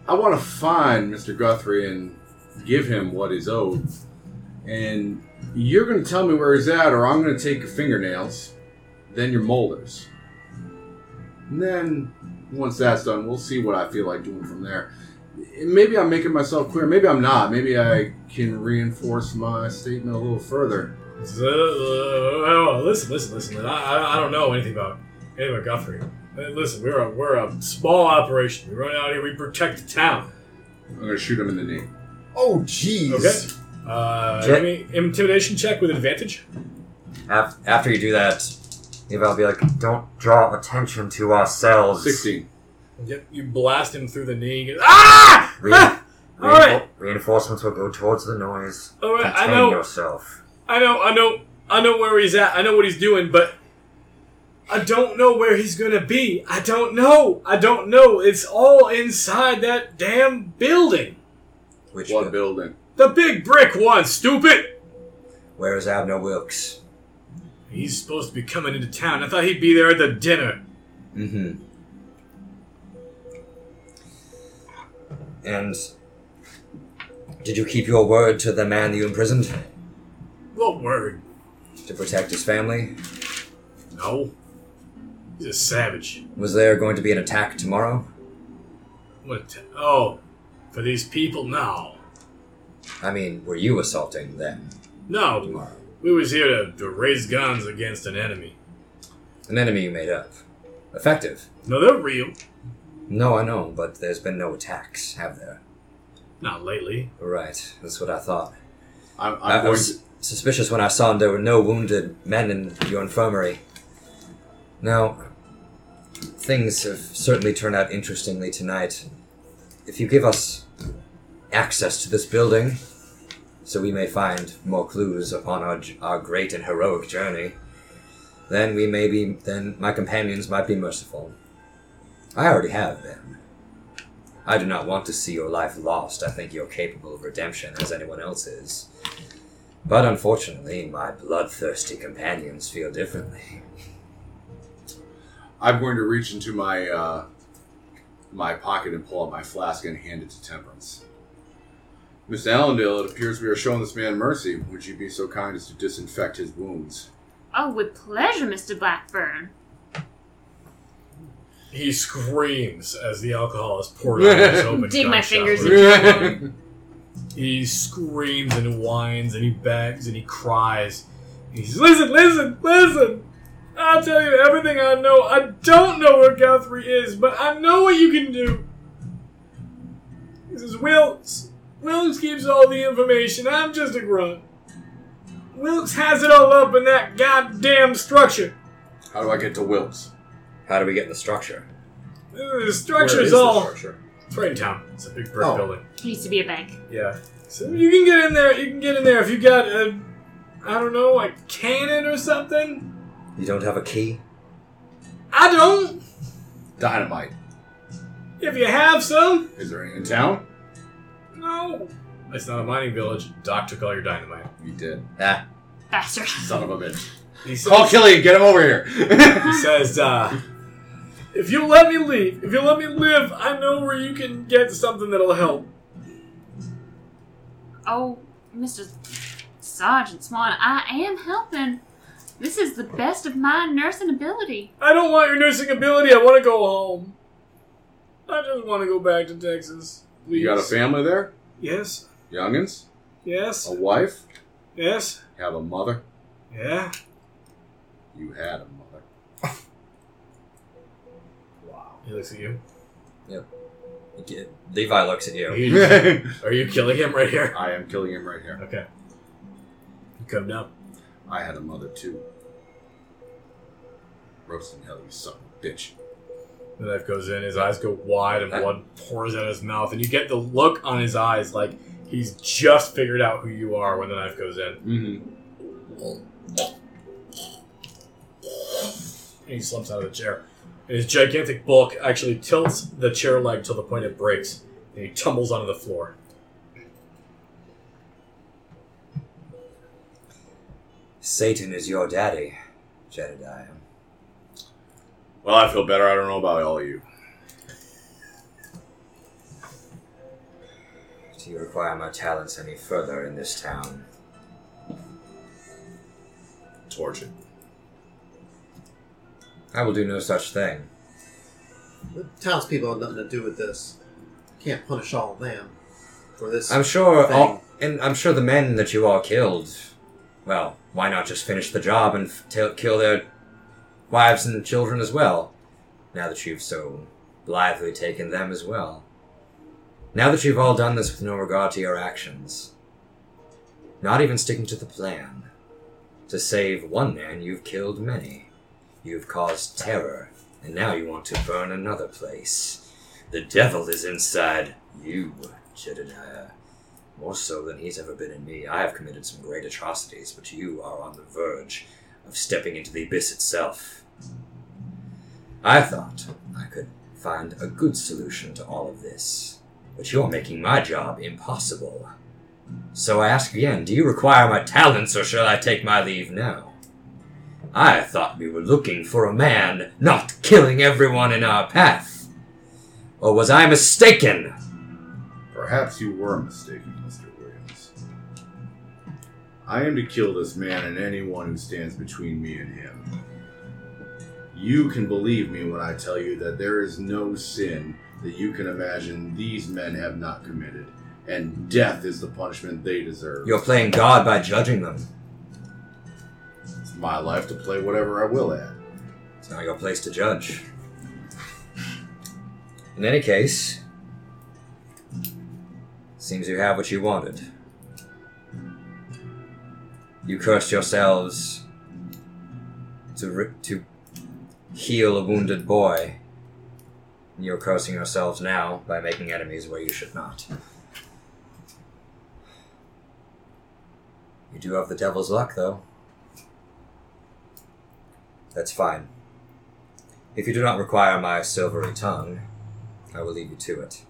Speaker 2: I want to find Mr. Guthrie and give him what is owed. And you're going to tell me where he's at, or I'm going to take your fingernails, then your molars. And then once that's done, we'll see what I feel like doing from there. Maybe I'm making myself clear. Maybe I'm not. Maybe I can reinforce my statement a little further.
Speaker 3: He says, "Uh, uh, uh, listen, listen, listen. I, I, I don't know anything about anything about Guthrie. Uh, Listen, we're a we're a small operation. We run out here. We protect the town.
Speaker 2: I'm gonna shoot him in the knee.
Speaker 6: Oh jeez!
Speaker 3: Okay. Uh,
Speaker 4: Sure.
Speaker 3: any intimidation check with advantage.
Speaker 4: Af- After you do that, maybe I'll be like, don't draw attention to ourselves.
Speaker 2: Sixteen.
Speaker 3: Yep. You blast him through the knee. He goes, ah! (laughs)
Speaker 4: Rein-
Speaker 3: Ah!
Speaker 4: reinfor-
Speaker 3: All right.
Speaker 4: Reinforcements will go towards the noise.
Speaker 3: All right, I
Speaker 4: Contain
Speaker 3: know.
Speaker 4: yourself.
Speaker 3: I know, I know, I know where he's at. I know what he's doing, but I don't know where he's gonna be. I don't know. I don't know. It's all inside that damn building.
Speaker 4: Which
Speaker 2: What building?
Speaker 3: The big brick one, stupid.
Speaker 4: Where is Abner Wilkes?
Speaker 3: He's supposed to be coming into town. I thought he'd be there at the dinner.
Speaker 4: Mm-hmm. And did you keep your word to the man you imprisoned
Speaker 3: What word?
Speaker 4: to protect his family?
Speaker 3: No. He's a savage.
Speaker 4: Was there going to be an attack tomorrow?
Speaker 3: What? t- Oh, for these people? No.
Speaker 4: I mean, were you assaulting them
Speaker 3: No.
Speaker 4: tomorrow?
Speaker 3: We was here to, to raise guns against an enemy.
Speaker 4: An enemy you made up. Effective.
Speaker 3: No, they're real.
Speaker 4: No, I know, but there's been no attacks, have there?
Speaker 3: Not lately.
Speaker 4: Right, that's what I thought.
Speaker 2: I'm, I'm
Speaker 4: I, I
Speaker 2: going.
Speaker 4: was suspicious when I saw there were no wounded men in your infirmary. Now, things have certainly turned out interestingly tonight. If you give us access to this building, so we may find more clues upon our, j- our great and heroic journey, then we may be, then my companions might be merciful. I already have been. I do not want to see your life lost. I think you're capable of redemption as anyone else is. But unfortunately, my bloodthirsty companions feel differently.
Speaker 2: I'm going to reach into my uh, my pocket and pull out my flask and hand it to Temperance. Miss Allendale, it appears we are showing this man mercy. Would you be so kind as to disinfect his wounds?
Speaker 7: Oh, with pleasure, Mr. Blackburn.
Speaker 3: He screams as the alcohol is poured out of his open
Speaker 7: Dig my
Speaker 3: gunshot
Speaker 7: fingers
Speaker 3: wound.
Speaker 2: I'll
Speaker 3: He screams and whines and he begs and he cries. He says, Listen, listen, listen! I'll tell you everything I know. I don't know where Guthrie is, but I know what you can do. He says, Wilkes. Wilkes keeps all the information. I'm just a grunt. Wilkes has it all up in that goddamn structure.
Speaker 2: How do I get to Wilkes?
Speaker 4: How do we get in the structure?
Speaker 3: The
Speaker 6: Where
Speaker 3: structure's
Speaker 6: is the
Speaker 3: all.
Speaker 6: structure?
Speaker 3: It's right in town. It's a big brick
Speaker 6: Oh.
Speaker 3: building.
Speaker 7: It used to be a bank.
Speaker 3: Yeah. So you can get in there. You can get in there if you got a, I don't know, a cannon or something.
Speaker 4: You don't have a key?
Speaker 3: I don't.
Speaker 2: Dynamite.
Speaker 3: If you have some,
Speaker 2: Is there any in town?
Speaker 3: no. It's not a mining village. Doc took all your dynamite.
Speaker 2: You did.
Speaker 4: Ah,
Speaker 7: Bastard.
Speaker 2: Son of a bitch.
Speaker 3: He says,
Speaker 2: Call Killian, get him over here.
Speaker 3: (laughs) he says uh, if you let me leave, if you let me live, I know where you can get something that'll help.
Speaker 7: Oh, Mr. Sergeant Swan, I am helping. This is the best of my nursing ability.
Speaker 3: I don't want your nursing ability. I want to go home. I just want to go back to Texas. Please.
Speaker 2: you got a family there?
Speaker 3: Yes.
Speaker 2: Youngins?
Speaker 3: Yes.
Speaker 2: A wife?
Speaker 3: Yes.
Speaker 2: Have a mother?
Speaker 3: Yeah.
Speaker 2: You had a (laughs) mother.
Speaker 3: He looks at you.
Speaker 4: G- Levi looks at you.
Speaker 3: He- Are you killing him right here?
Speaker 2: I am killing him right here.
Speaker 3: Okay. You come down.
Speaker 2: I had a mother too. Roasting hell, you son of a bitch.
Speaker 3: The knife goes in. His eyes go wide, and blood pours out of his mouth. And you get the look on his eyes like he's just figured out who you are when the knife goes in.
Speaker 2: Mm-hmm.
Speaker 3: and he slumps out of the chair. And his gigantic bulk actually tilts the chair leg till the point it breaks, and he tumbles onto the floor.
Speaker 4: Satan is your daddy, Jedediah.
Speaker 2: Well, I feel better. I don't know about all of you.
Speaker 4: Do you require my talents any further in this town?
Speaker 2: Torture.
Speaker 4: I will do no such thing.
Speaker 6: The townspeople have nothing to do with this. Can't punish all of them for this.
Speaker 4: I'm sure,
Speaker 6: Thing.
Speaker 4: all, and I'm sure the men that you all killed. Well, why not just finish the job and f- t- kill their wives and children as well? Now that you've so blithely taken them as well. Now that you've all done this with no regard to your actions, not even sticking to the plan. To save one man, you've killed many. You've caused terror, and now you want to burn another place. The devil is inside you, Jedediah. More so than he's ever been in me. I have committed some great atrocities, but you are on the verge of stepping into the abyss itself. I thought I could find a good solution to all of this, but you're making my job impossible. So I ask again do you require my talents, or shall I take my leave now? I thought we were looking for a man not killing everyone in our path. Or was I mistaken?
Speaker 2: Perhaps you were mistaken, Mr. Williams. I am to kill this man and anyone who stands between me and him. You can believe me when I tell you that there is no sin that you can imagine these men have not committed, and death is the punishment they deserve.
Speaker 4: You're playing God by judging them.
Speaker 2: It's my life to play whatever I will at.
Speaker 4: It's not your place to judge. In any case, seems you have what you wanted. You cursed yourselves to ri to heal a wounded boy. and You're cursing yourselves now by making enemies where you should not. You do have the devil's luck, though. That's fine. If you do not require my silvery tongue, I will leave you to it.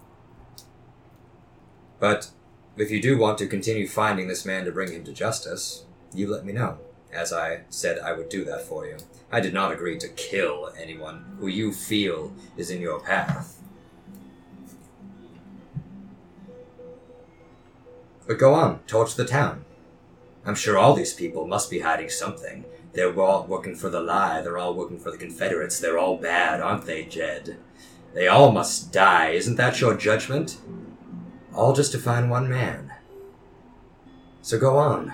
Speaker 4: But if you do want to continue finding this man to bring him to justice, you let me know, as I said I would do that for you. I did not agree to kill anyone who you feel is in your path. But go on, torch the town. I'm sure all these people must be hiding something. They're all working for the lie. They're all working for the Confederates. They're all bad, aren't they, Jed? They all must die. Isn't that your judgment? All just to find one man. So go on.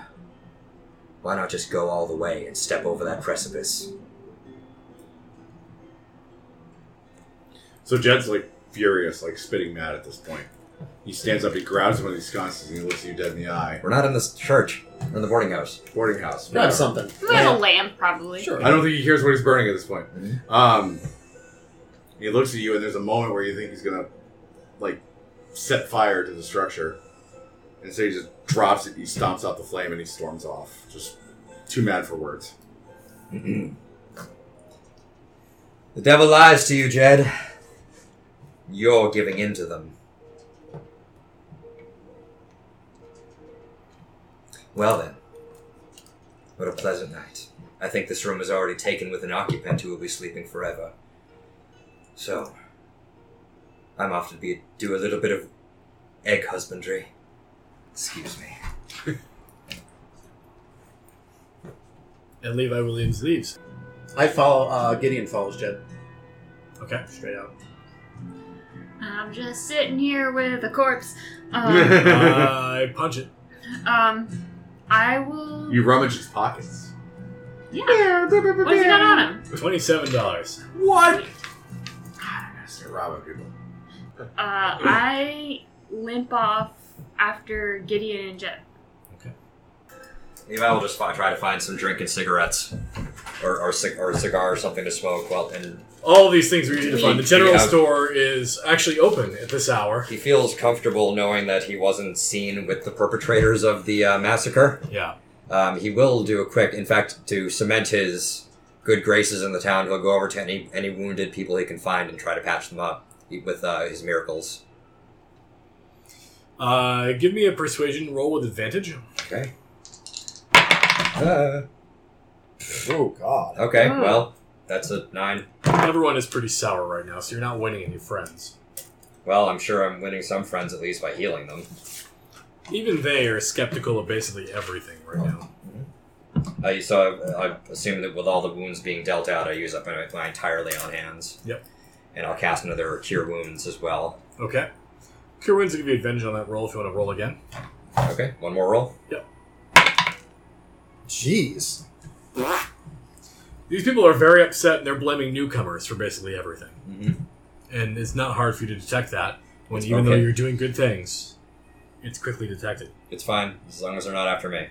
Speaker 4: Why not just go all the way and step over that precipice?
Speaker 2: So Jed's like furious, like spitting mad at this point. He stands up, he grabs one of these sconces, and he looks you dead in the eye.
Speaker 4: We're not in this church. We're in the boarding house.
Speaker 2: Boarding house.
Speaker 6: Grab
Speaker 2: whatever.
Speaker 6: something.
Speaker 7: We have a
Speaker 6: Lamb.
Speaker 7: lamp, probably.
Speaker 6: Sure.
Speaker 2: I don't think he hears what he's burning at this point.
Speaker 4: Mhm.
Speaker 2: Um, he looks at you, and there's a moment where you think he's gonna, like, set fire to the structure, and so he just drops it. He stomps out the flame, and he storms off. Just too mad for words.
Speaker 4: the devil lies to you, Jed. You're giving in to them. Well then, what a pleasant night. I think this room is already taken with an occupant who will be sleeping forever. So, I'm off to be, do a little bit of egg husbandry. Excuse me.
Speaker 3: And Levi Williams leaves.
Speaker 6: I follow. Uh, Gideon follows Jed
Speaker 3: Okay.
Speaker 6: straight out.
Speaker 7: I'm just sitting here with
Speaker 6: (laughs)
Speaker 7: a corpse. Um,
Speaker 3: I punch it.
Speaker 7: um, I will.
Speaker 2: (laughs) You rummage his pockets.
Speaker 7: Yeah. What's he got on him?
Speaker 3: Twenty-seven dollars.
Speaker 2: What? They're robbing people.
Speaker 7: Uh, I limp off after Gideon and Jet.
Speaker 4: Maybe I will just fi- try to find some drink and cigarettes, or or, cig- or a cigar or something to smoke. While and
Speaker 3: All of these things are easy to find. The general
Speaker 4: Yeah.
Speaker 3: store is actually open at this hour.
Speaker 4: he feels comfortable knowing that he wasn't seen with the perpetrators of the uh, massacre.
Speaker 3: Yeah.
Speaker 4: Um, he will do a quick, in fact, to cement his good graces in the town. He'll go over to any any wounded people he can find and try to patch them up with uh, his miracles.
Speaker 3: Uh, give me a persuasion roll with advantage.
Speaker 4: Okay.
Speaker 5: Uh, Oh God.
Speaker 4: okay. Well, that's a nine.
Speaker 3: Everyone is pretty sour right now, so you're not winning any friends.
Speaker 4: Well, I'm sure I'm winning some friends at least by healing them.
Speaker 3: Even they are skeptical of basically everything right now.
Speaker 4: Uh, so I, I assume that with all the wounds being dealt out, I use up my, my entire lay on hands.
Speaker 3: Yep.
Speaker 4: And I'll cast another cure wounds as well.
Speaker 3: Okay. Kerwin's gonna give you advantage on that roll if you want to roll again.
Speaker 4: Okay, one more roll.
Speaker 6: Jeez.
Speaker 3: These people are very upset and they're blaming newcomers for basically everything.
Speaker 4: Mhm.
Speaker 3: And it's not hard for you to detect that when even though
Speaker 4: okay.
Speaker 3: you're doing good things, it's quickly detected.
Speaker 4: It's fine as long as they're not after me.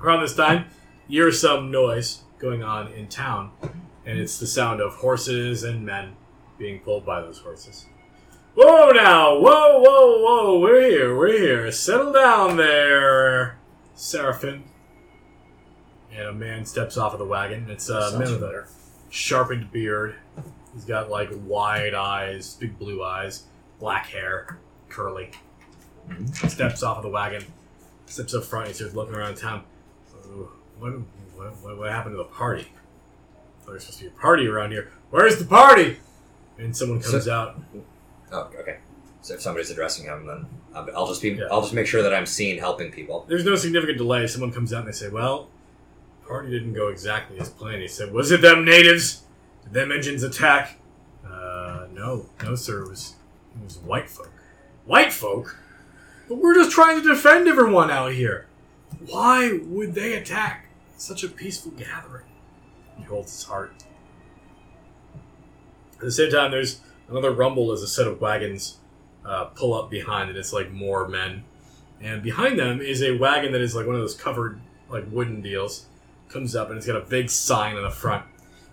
Speaker 3: Around this time, you hear some noise going on in town, and it's the sound of horses and men being pulled by those horses. Whoa now! Whoa, whoa, whoa! We're here, we're here. Settle down there, Seraphim. And a man steps off of the wagon. It's a man with a sharpened beard. He's got like wide eyes, big blue eyes, black hair, curly. Steps off of the wagon steps up front and starts looking around town. "Oh, What, what, what, what happened to the party? There's supposed to be a party around here. Where's the party? And someone comes out.
Speaker 4: Oh, okay. So if somebody's addressing him, then I'll I'll just be.
Speaker 3: Yeah.
Speaker 4: I'll just make sure that I'm seen helping people.
Speaker 3: There's no significant delay. Someone comes out and they say, "Well, the party didn't go exactly as planned." He said, "Was it them natives? Did them engines attack?" Uh, no, no, sir. It was it was white folk. White folk. But we're just trying to defend everyone out here. Why would they attack such a peaceful gathering? He holds his heart. At the same time, there's another rumble as a set of wagons uh, pull up behind, and it's like more men and behind them is a wagon that is like one of those covered like wooden deals comes up and it's got a big sign on the front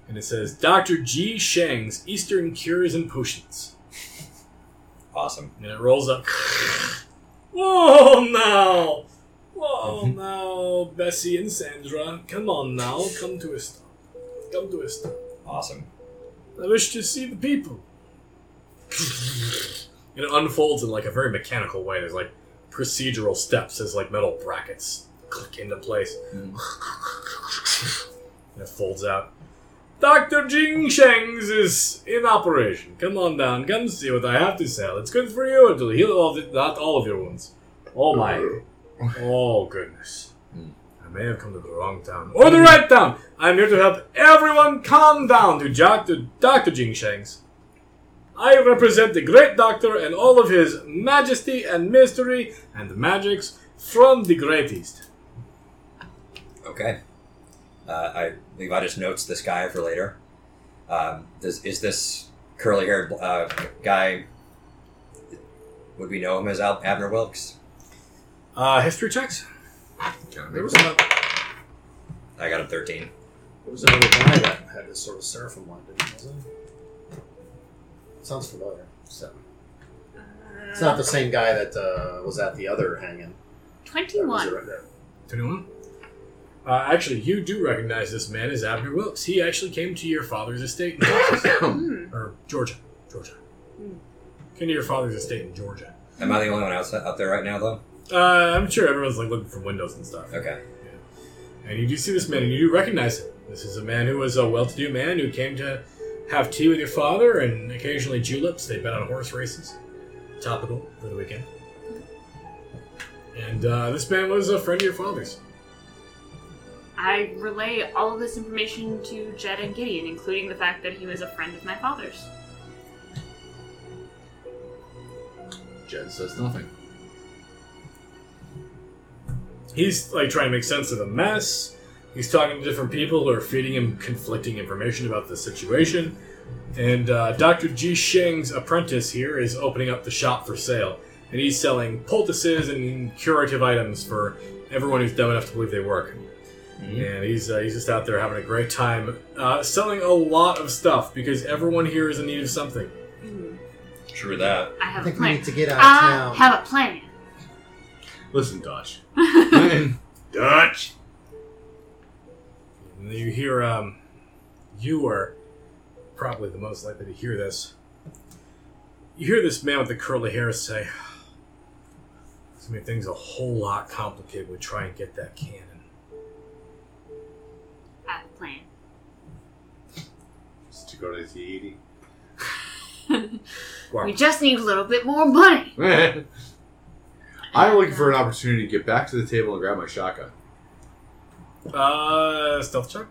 Speaker 3: and it says dr g shang's eastern cures and potions
Speaker 4: Awesome.
Speaker 3: and it rolls up (laughs) whoa now whoa now bessie and sandra come on now come to a stop come to a stop
Speaker 4: Awesome.
Speaker 3: i wish to see the people (laughs) and it unfolds in like a very mechanical way there's like procedural steps as like metal brackets click into place (laughs) It folds out. Dr. Jing Sheng's is in operation. Come on down. Come see what I have to sell. It's good for you. It'll heal all the, not all of your wounds. Oh my. Oh goodness. I may have come to the wrong town. Or the right town. I'm here to help everyone calm down to Dr. Dr. Jing Sheng's. I represent the great doctor and all of his majesty and mystery and magics from the Great East.
Speaker 4: Okay. Uh, I Levi just notes this guy for later. Um, does, is this curly-haired uh, guy? Would we know him as Al- Abner Wilkes?
Speaker 3: Uh, history checks?
Speaker 6: There was, another, there
Speaker 4: I got him thirteen.
Speaker 6: was another guy that had this sort of seraphim one, didn't he? wasn't he? Sounds familiar. So it's not the same guy that uh, was at the other hanging. That was
Speaker 7: Twenty-one.
Speaker 6: right there.
Speaker 3: 21. Uh, actually, you do recognize this man as Abner Wilkes. He (coughs) actually came to your father's estate in Texas.
Speaker 7: Hmm.
Speaker 3: or Georgia. Georgia. into your father's estate in Georgia.
Speaker 4: Am I the only one outside out there right now, though?
Speaker 3: Uh, I'm sure everyone's like looking for windows and stuff.
Speaker 4: Okay.
Speaker 3: And you do see this man, and you do recognize him. This is a man who was a well-to-do man who came to have tea with your father and occasionally juleps. They've been on horse races, topical for the weekend. And uh, this man was a friend of your father's.
Speaker 7: I relay all of this information to Jed and Gideon, including the fact that he was a friend of my father's.
Speaker 2: Jed says nothing.
Speaker 3: He's like trying to make sense of the mess. He's talking to different people who are feeding him conflicting information about the situation. And uh, Dr. Ji Sheng's apprentice here is opening up the shop for sale. And he's selling poultices and curative items for everyone who's dumb enough to believe they work. And he's, uh, he's just out there having a great time uh, selling a lot of stuff because everyone here is in need of something.
Speaker 4: True that.
Speaker 7: Hmm, I
Speaker 6: I
Speaker 7: have a
Speaker 6: think we
Speaker 7: plan.
Speaker 6: need to get out of
Speaker 7: I
Speaker 6: town.
Speaker 7: Uh, have a plan.
Speaker 2: Listen, Dodge.
Speaker 5: Dutch.
Speaker 3: And you hear, um, you are probably the most likely to hear this. You hear this man with the curly hair say, "This make things a whole lot complicated. We try and get that cannon."
Speaker 7: I have a plan.
Speaker 2: Just to go to the E
Speaker 3: Wow.
Speaker 7: (laughs) We just need a little bit more money.
Speaker 2: TED. I'm looking for an opportunity to get back to the table and grab my shotgun.
Speaker 3: Uh, stealth check.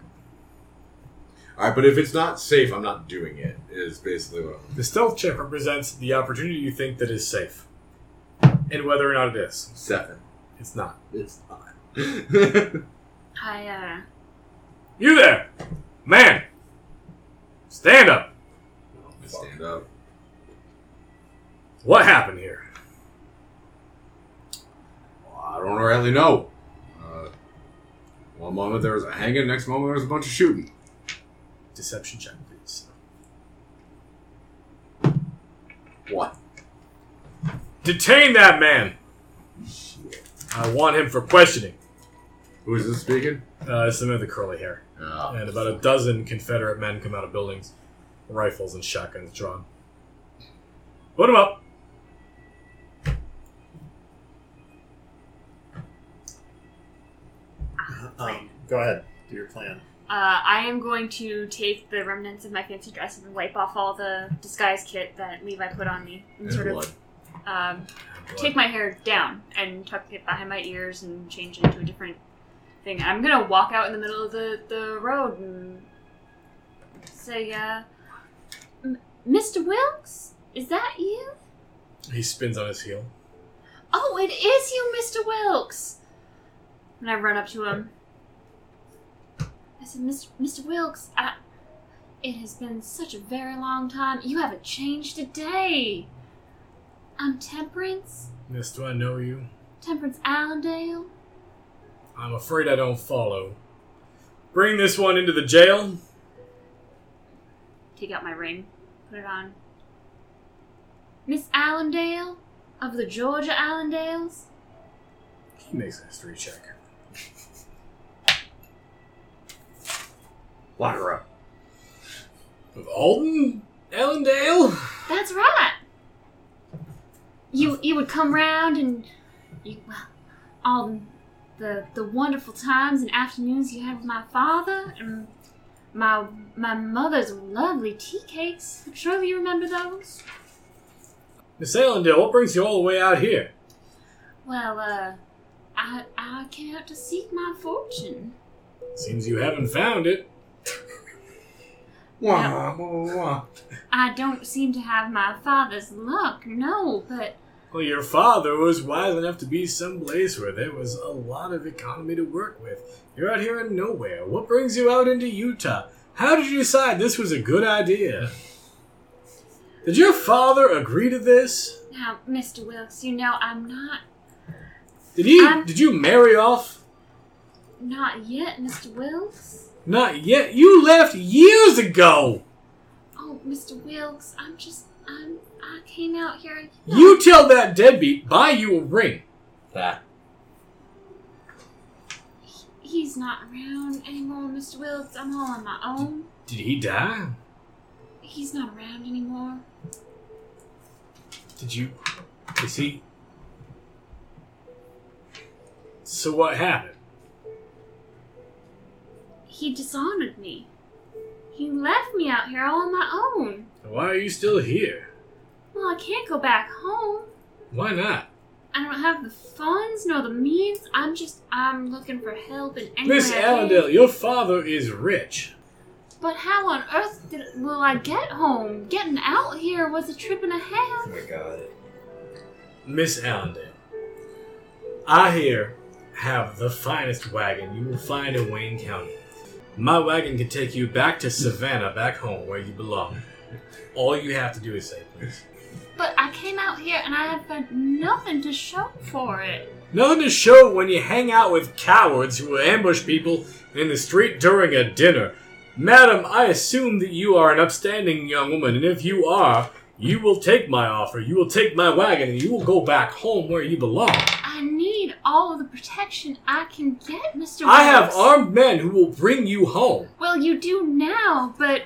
Speaker 2: All right, but if it's not safe, I'm not doing it. Is basically what. I'm...
Speaker 3: The stealth check represents the opportunity you think that is safe, and whether or not it is.
Speaker 2: Seven.
Speaker 3: It's not.
Speaker 2: It's not.
Speaker 7: I, uh,
Speaker 3: You there, man? Stand up.
Speaker 2: (laughs) Stand up.
Speaker 3: What happened here?
Speaker 2: I don't really know. Uh, one moment there was a hanging, next moment there was a bunch of shooting.
Speaker 3: Deception check, please.
Speaker 2: What?
Speaker 3: Detain that man. I want him for questioning.
Speaker 2: Who is this speaking?
Speaker 3: Uh, it's the man with the curly hair.
Speaker 2: Uh,
Speaker 3: And about a dozen Confederate men come out of buildings, rifles and shotguns drawn. Put him up.
Speaker 6: Um, go ahead. Do your plan.
Speaker 7: uh, I am going to take the remnants of my fancy dress and wipe off all the disguise kit that Levi put on me and
Speaker 2: and
Speaker 7: sort
Speaker 2: blood.
Speaker 7: of um, take my hair down and tuck it behind my ears and change it into a different thing. I'm gonna walk out in the middle of the, the road and say, uh, "M- Mr. Wilkes, is that you?
Speaker 3: He spins on his heel.
Speaker 7: Oh, it is you, Mr. Wilkes! And I run up to him. I said, Mr. Mr. Wilkes, I, it has been such a very long time. You haven't changed a day. I'm Temperance,
Speaker 3: Miss, do I know you?
Speaker 7: Temperance Allendale.
Speaker 3: I'm afraid I don't follow. Bring this one into the jail.
Speaker 7: take out my ring, put it on. Miss Allendale of the Georgia Allendales.
Speaker 3: He makes a history check.
Speaker 5: Lock her up.
Speaker 3: With Alden Ellendale?
Speaker 7: That's right. You you would come round and you well, all the, the the wonderful times and afternoons you had with my father and my my mother's lovely tea cakes. I'm sure you remember those.
Speaker 3: Miss Ellendale, what brings you all the way out here?
Speaker 7: Well, uh, I I came out to seek my fortune.
Speaker 3: Seems you haven't found it.
Speaker 2: Wah, wah, wah.
Speaker 7: I don't seem to have my father's luck, no, but
Speaker 3: Well, your father was wise enough to be someplace where there was a lot of economy to work with. You're out here in nowhere. What brings you out into Utah? How did you decide this was a good idea? Did your father agree to this?
Speaker 7: now, Mr. Wilkes, you know I'm not
Speaker 3: Did he?
Speaker 7: Um,
Speaker 3: did you marry off?
Speaker 7: not yet, Mr. Wilkes.
Speaker 3: Not yet. You left years ago.
Speaker 7: Oh, Mr. Wilkes, I'm just I'm I came out here.
Speaker 3: You tell that deadbeat buy you a ring.
Speaker 4: That.
Speaker 7: He's not around anymore, Mr. Wilkes. I'm all on my own.
Speaker 3: Did he die?
Speaker 7: He's not around anymore.
Speaker 3: Did you? Is he? So what happened?
Speaker 7: He dishonored me. He left me out here all on my own.
Speaker 3: Why are you still here?
Speaker 7: Well, I can't go back home.
Speaker 3: Why not?
Speaker 7: I don't have the funds nor the means. I'm just I'm looking for help in any
Speaker 3: Miss
Speaker 7: way I can.
Speaker 3: Allendale, your father is rich.
Speaker 7: But how on earth did, will I get home? Getting out here was a trip and a half.
Speaker 4: Oh my god.
Speaker 3: Miss Allendale, I here have the finest wagon you will find in Wayne County. My wagon can take you back to Savannah, back home where you belong. All you have to do is say please.
Speaker 7: But I came out here and I have got nothing to show for it.
Speaker 3: Nothing to show when you hang out with cowards who will ambush people in the street during a dinner. Madam, I assume that you are an upstanding young woman, and if you are, you will take my offer, you will take my wagon, and you will go back home where you belong.
Speaker 7: I need all of the protection I can get, Mr.
Speaker 3: I have
Speaker 7: Wilkes.
Speaker 3: armed men who will bring you home.
Speaker 7: Well, you do now, but,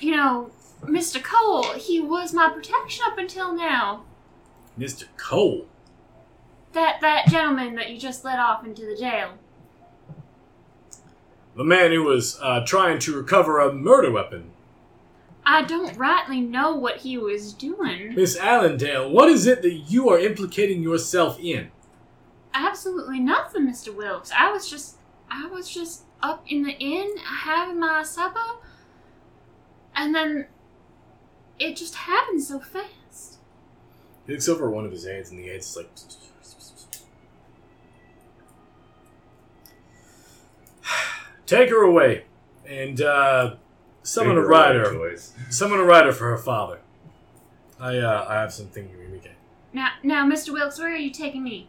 Speaker 7: you know, Mr. Cole, he was my protection up until now.
Speaker 3: Mr. Cole.
Speaker 7: That that gentleman that you just let off into the jail.
Speaker 3: The man who was uh, trying to recover a murder weapon.
Speaker 7: I don't rightly know what he was doing.
Speaker 3: Miss Allendale, what is it that you are implicating yourself in?
Speaker 7: Absolutely nothing, Mr. Wilkes. I was just I was just up in the inn having my supper and then it just happened so fast.
Speaker 3: He looks over at one of his aides, and the aide's like. (sighs) Take her away, and uh, summon a
Speaker 2: Finger away,
Speaker 3: rider.
Speaker 2: Joyce.
Speaker 3: Summon a rider for her father. I uh, I have something to communicate.
Speaker 7: Now now Mr. Wilkes, where are you taking me?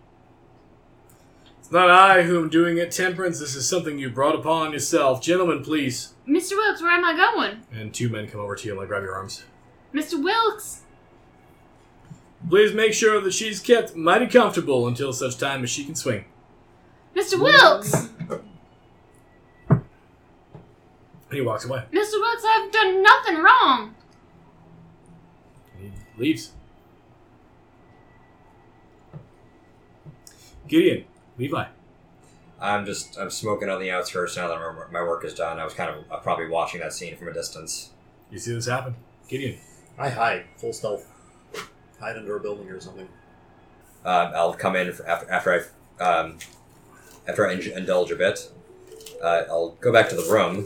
Speaker 3: It's not I who am doing it, Temperance. This is something you brought upon yourself, gentlemen. Please.
Speaker 7: Mr. Wilkes, where am I going?
Speaker 3: And two men come over to you and like grab your arms.
Speaker 7: Mr. Wilkes!
Speaker 3: Please make sure that she's kept mighty comfortable until such time as she can swing.
Speaker 7: Mr. Wilkes!
Speaker 3: And he walks away.
Speaker 7: Mr. Wilkes, I've done nothing wrong!
Speaker 3: And he leaves. Gideon, Levi.
Speaker 4: I'm just I'm smoking on the outskirts now that my- my work is done. I was kind of uh, probably watching that scene from a distance.
Speaker 3: You see this happen? Gideon.
Speaker 6: I hide, full stealth. Hide under a building or (laughs) something.
Speaker 4: Um, I'll come in for after, after I um, after I in- indulge a bit. Uh, I'll go back to the room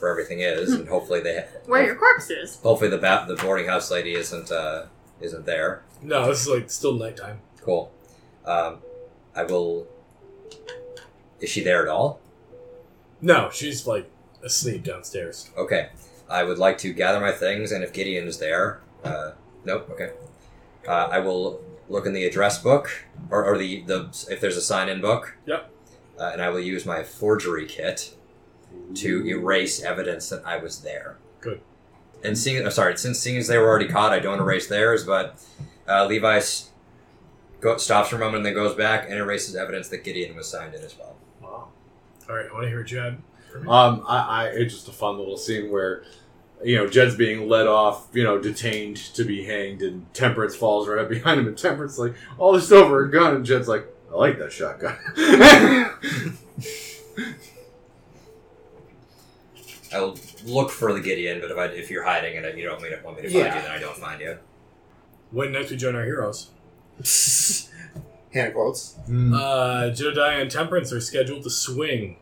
Speaker 4: where everything is,
Speaker 6: Hmm.
Speaker 4: and hopefully they ha-
Speaker 7: Where your corpse is.
Speaker 4: hopefully the ba- the boarding house lady isn't uh, isn't there.
Speaker 3: No, this is like still nighttime.
Speaker 4: Cool. Um, I will. Is she there at all?
Speaker 3: No, she's like asleep downstairs.
Speaker 4: Okay. I would like to gather my things, and if Gideon's there, uh, nope. Okay. Uh, I will look in the address book, or, or the, the if there's a sign-in book.
Speaker 3: Yep.
Speaker 4: Uh, and I will use my forgery kit to erase evidence that I was there.
Speaker 3: Good.
Speaker 4: And seeing, I'm sorry, since seeing as they were already caught, I don't erase theirs. But uh, Levi s- go, stops for a moment and then goes back and erases evidence that Gideon was signed in as well.
Speaker 2: Wow.
Speaker 3: All right, I want to hear what you had.
Speaker 2: Um, I, I it's just a fun little scene where you know Jed's being led off, you know, detained to be hanged, and Temperance falls right up behind him, and Temperance like all this over a gun, and Jed's like, I like that shotgun. (laughs)
Speaker 4: I will look for the Gideon, but if, I, if you're hiding and you don't want me to, want me to find
Speaker 6: Yeah.
Speaker 4: you, then I don't find you.
Speaker 3: When next we join our heroes?
Speaker 6: Hand quotes.
Speaker 2: Hmm.
Speaker 3: Uh, Jedediah and Temperance are scheduled to swing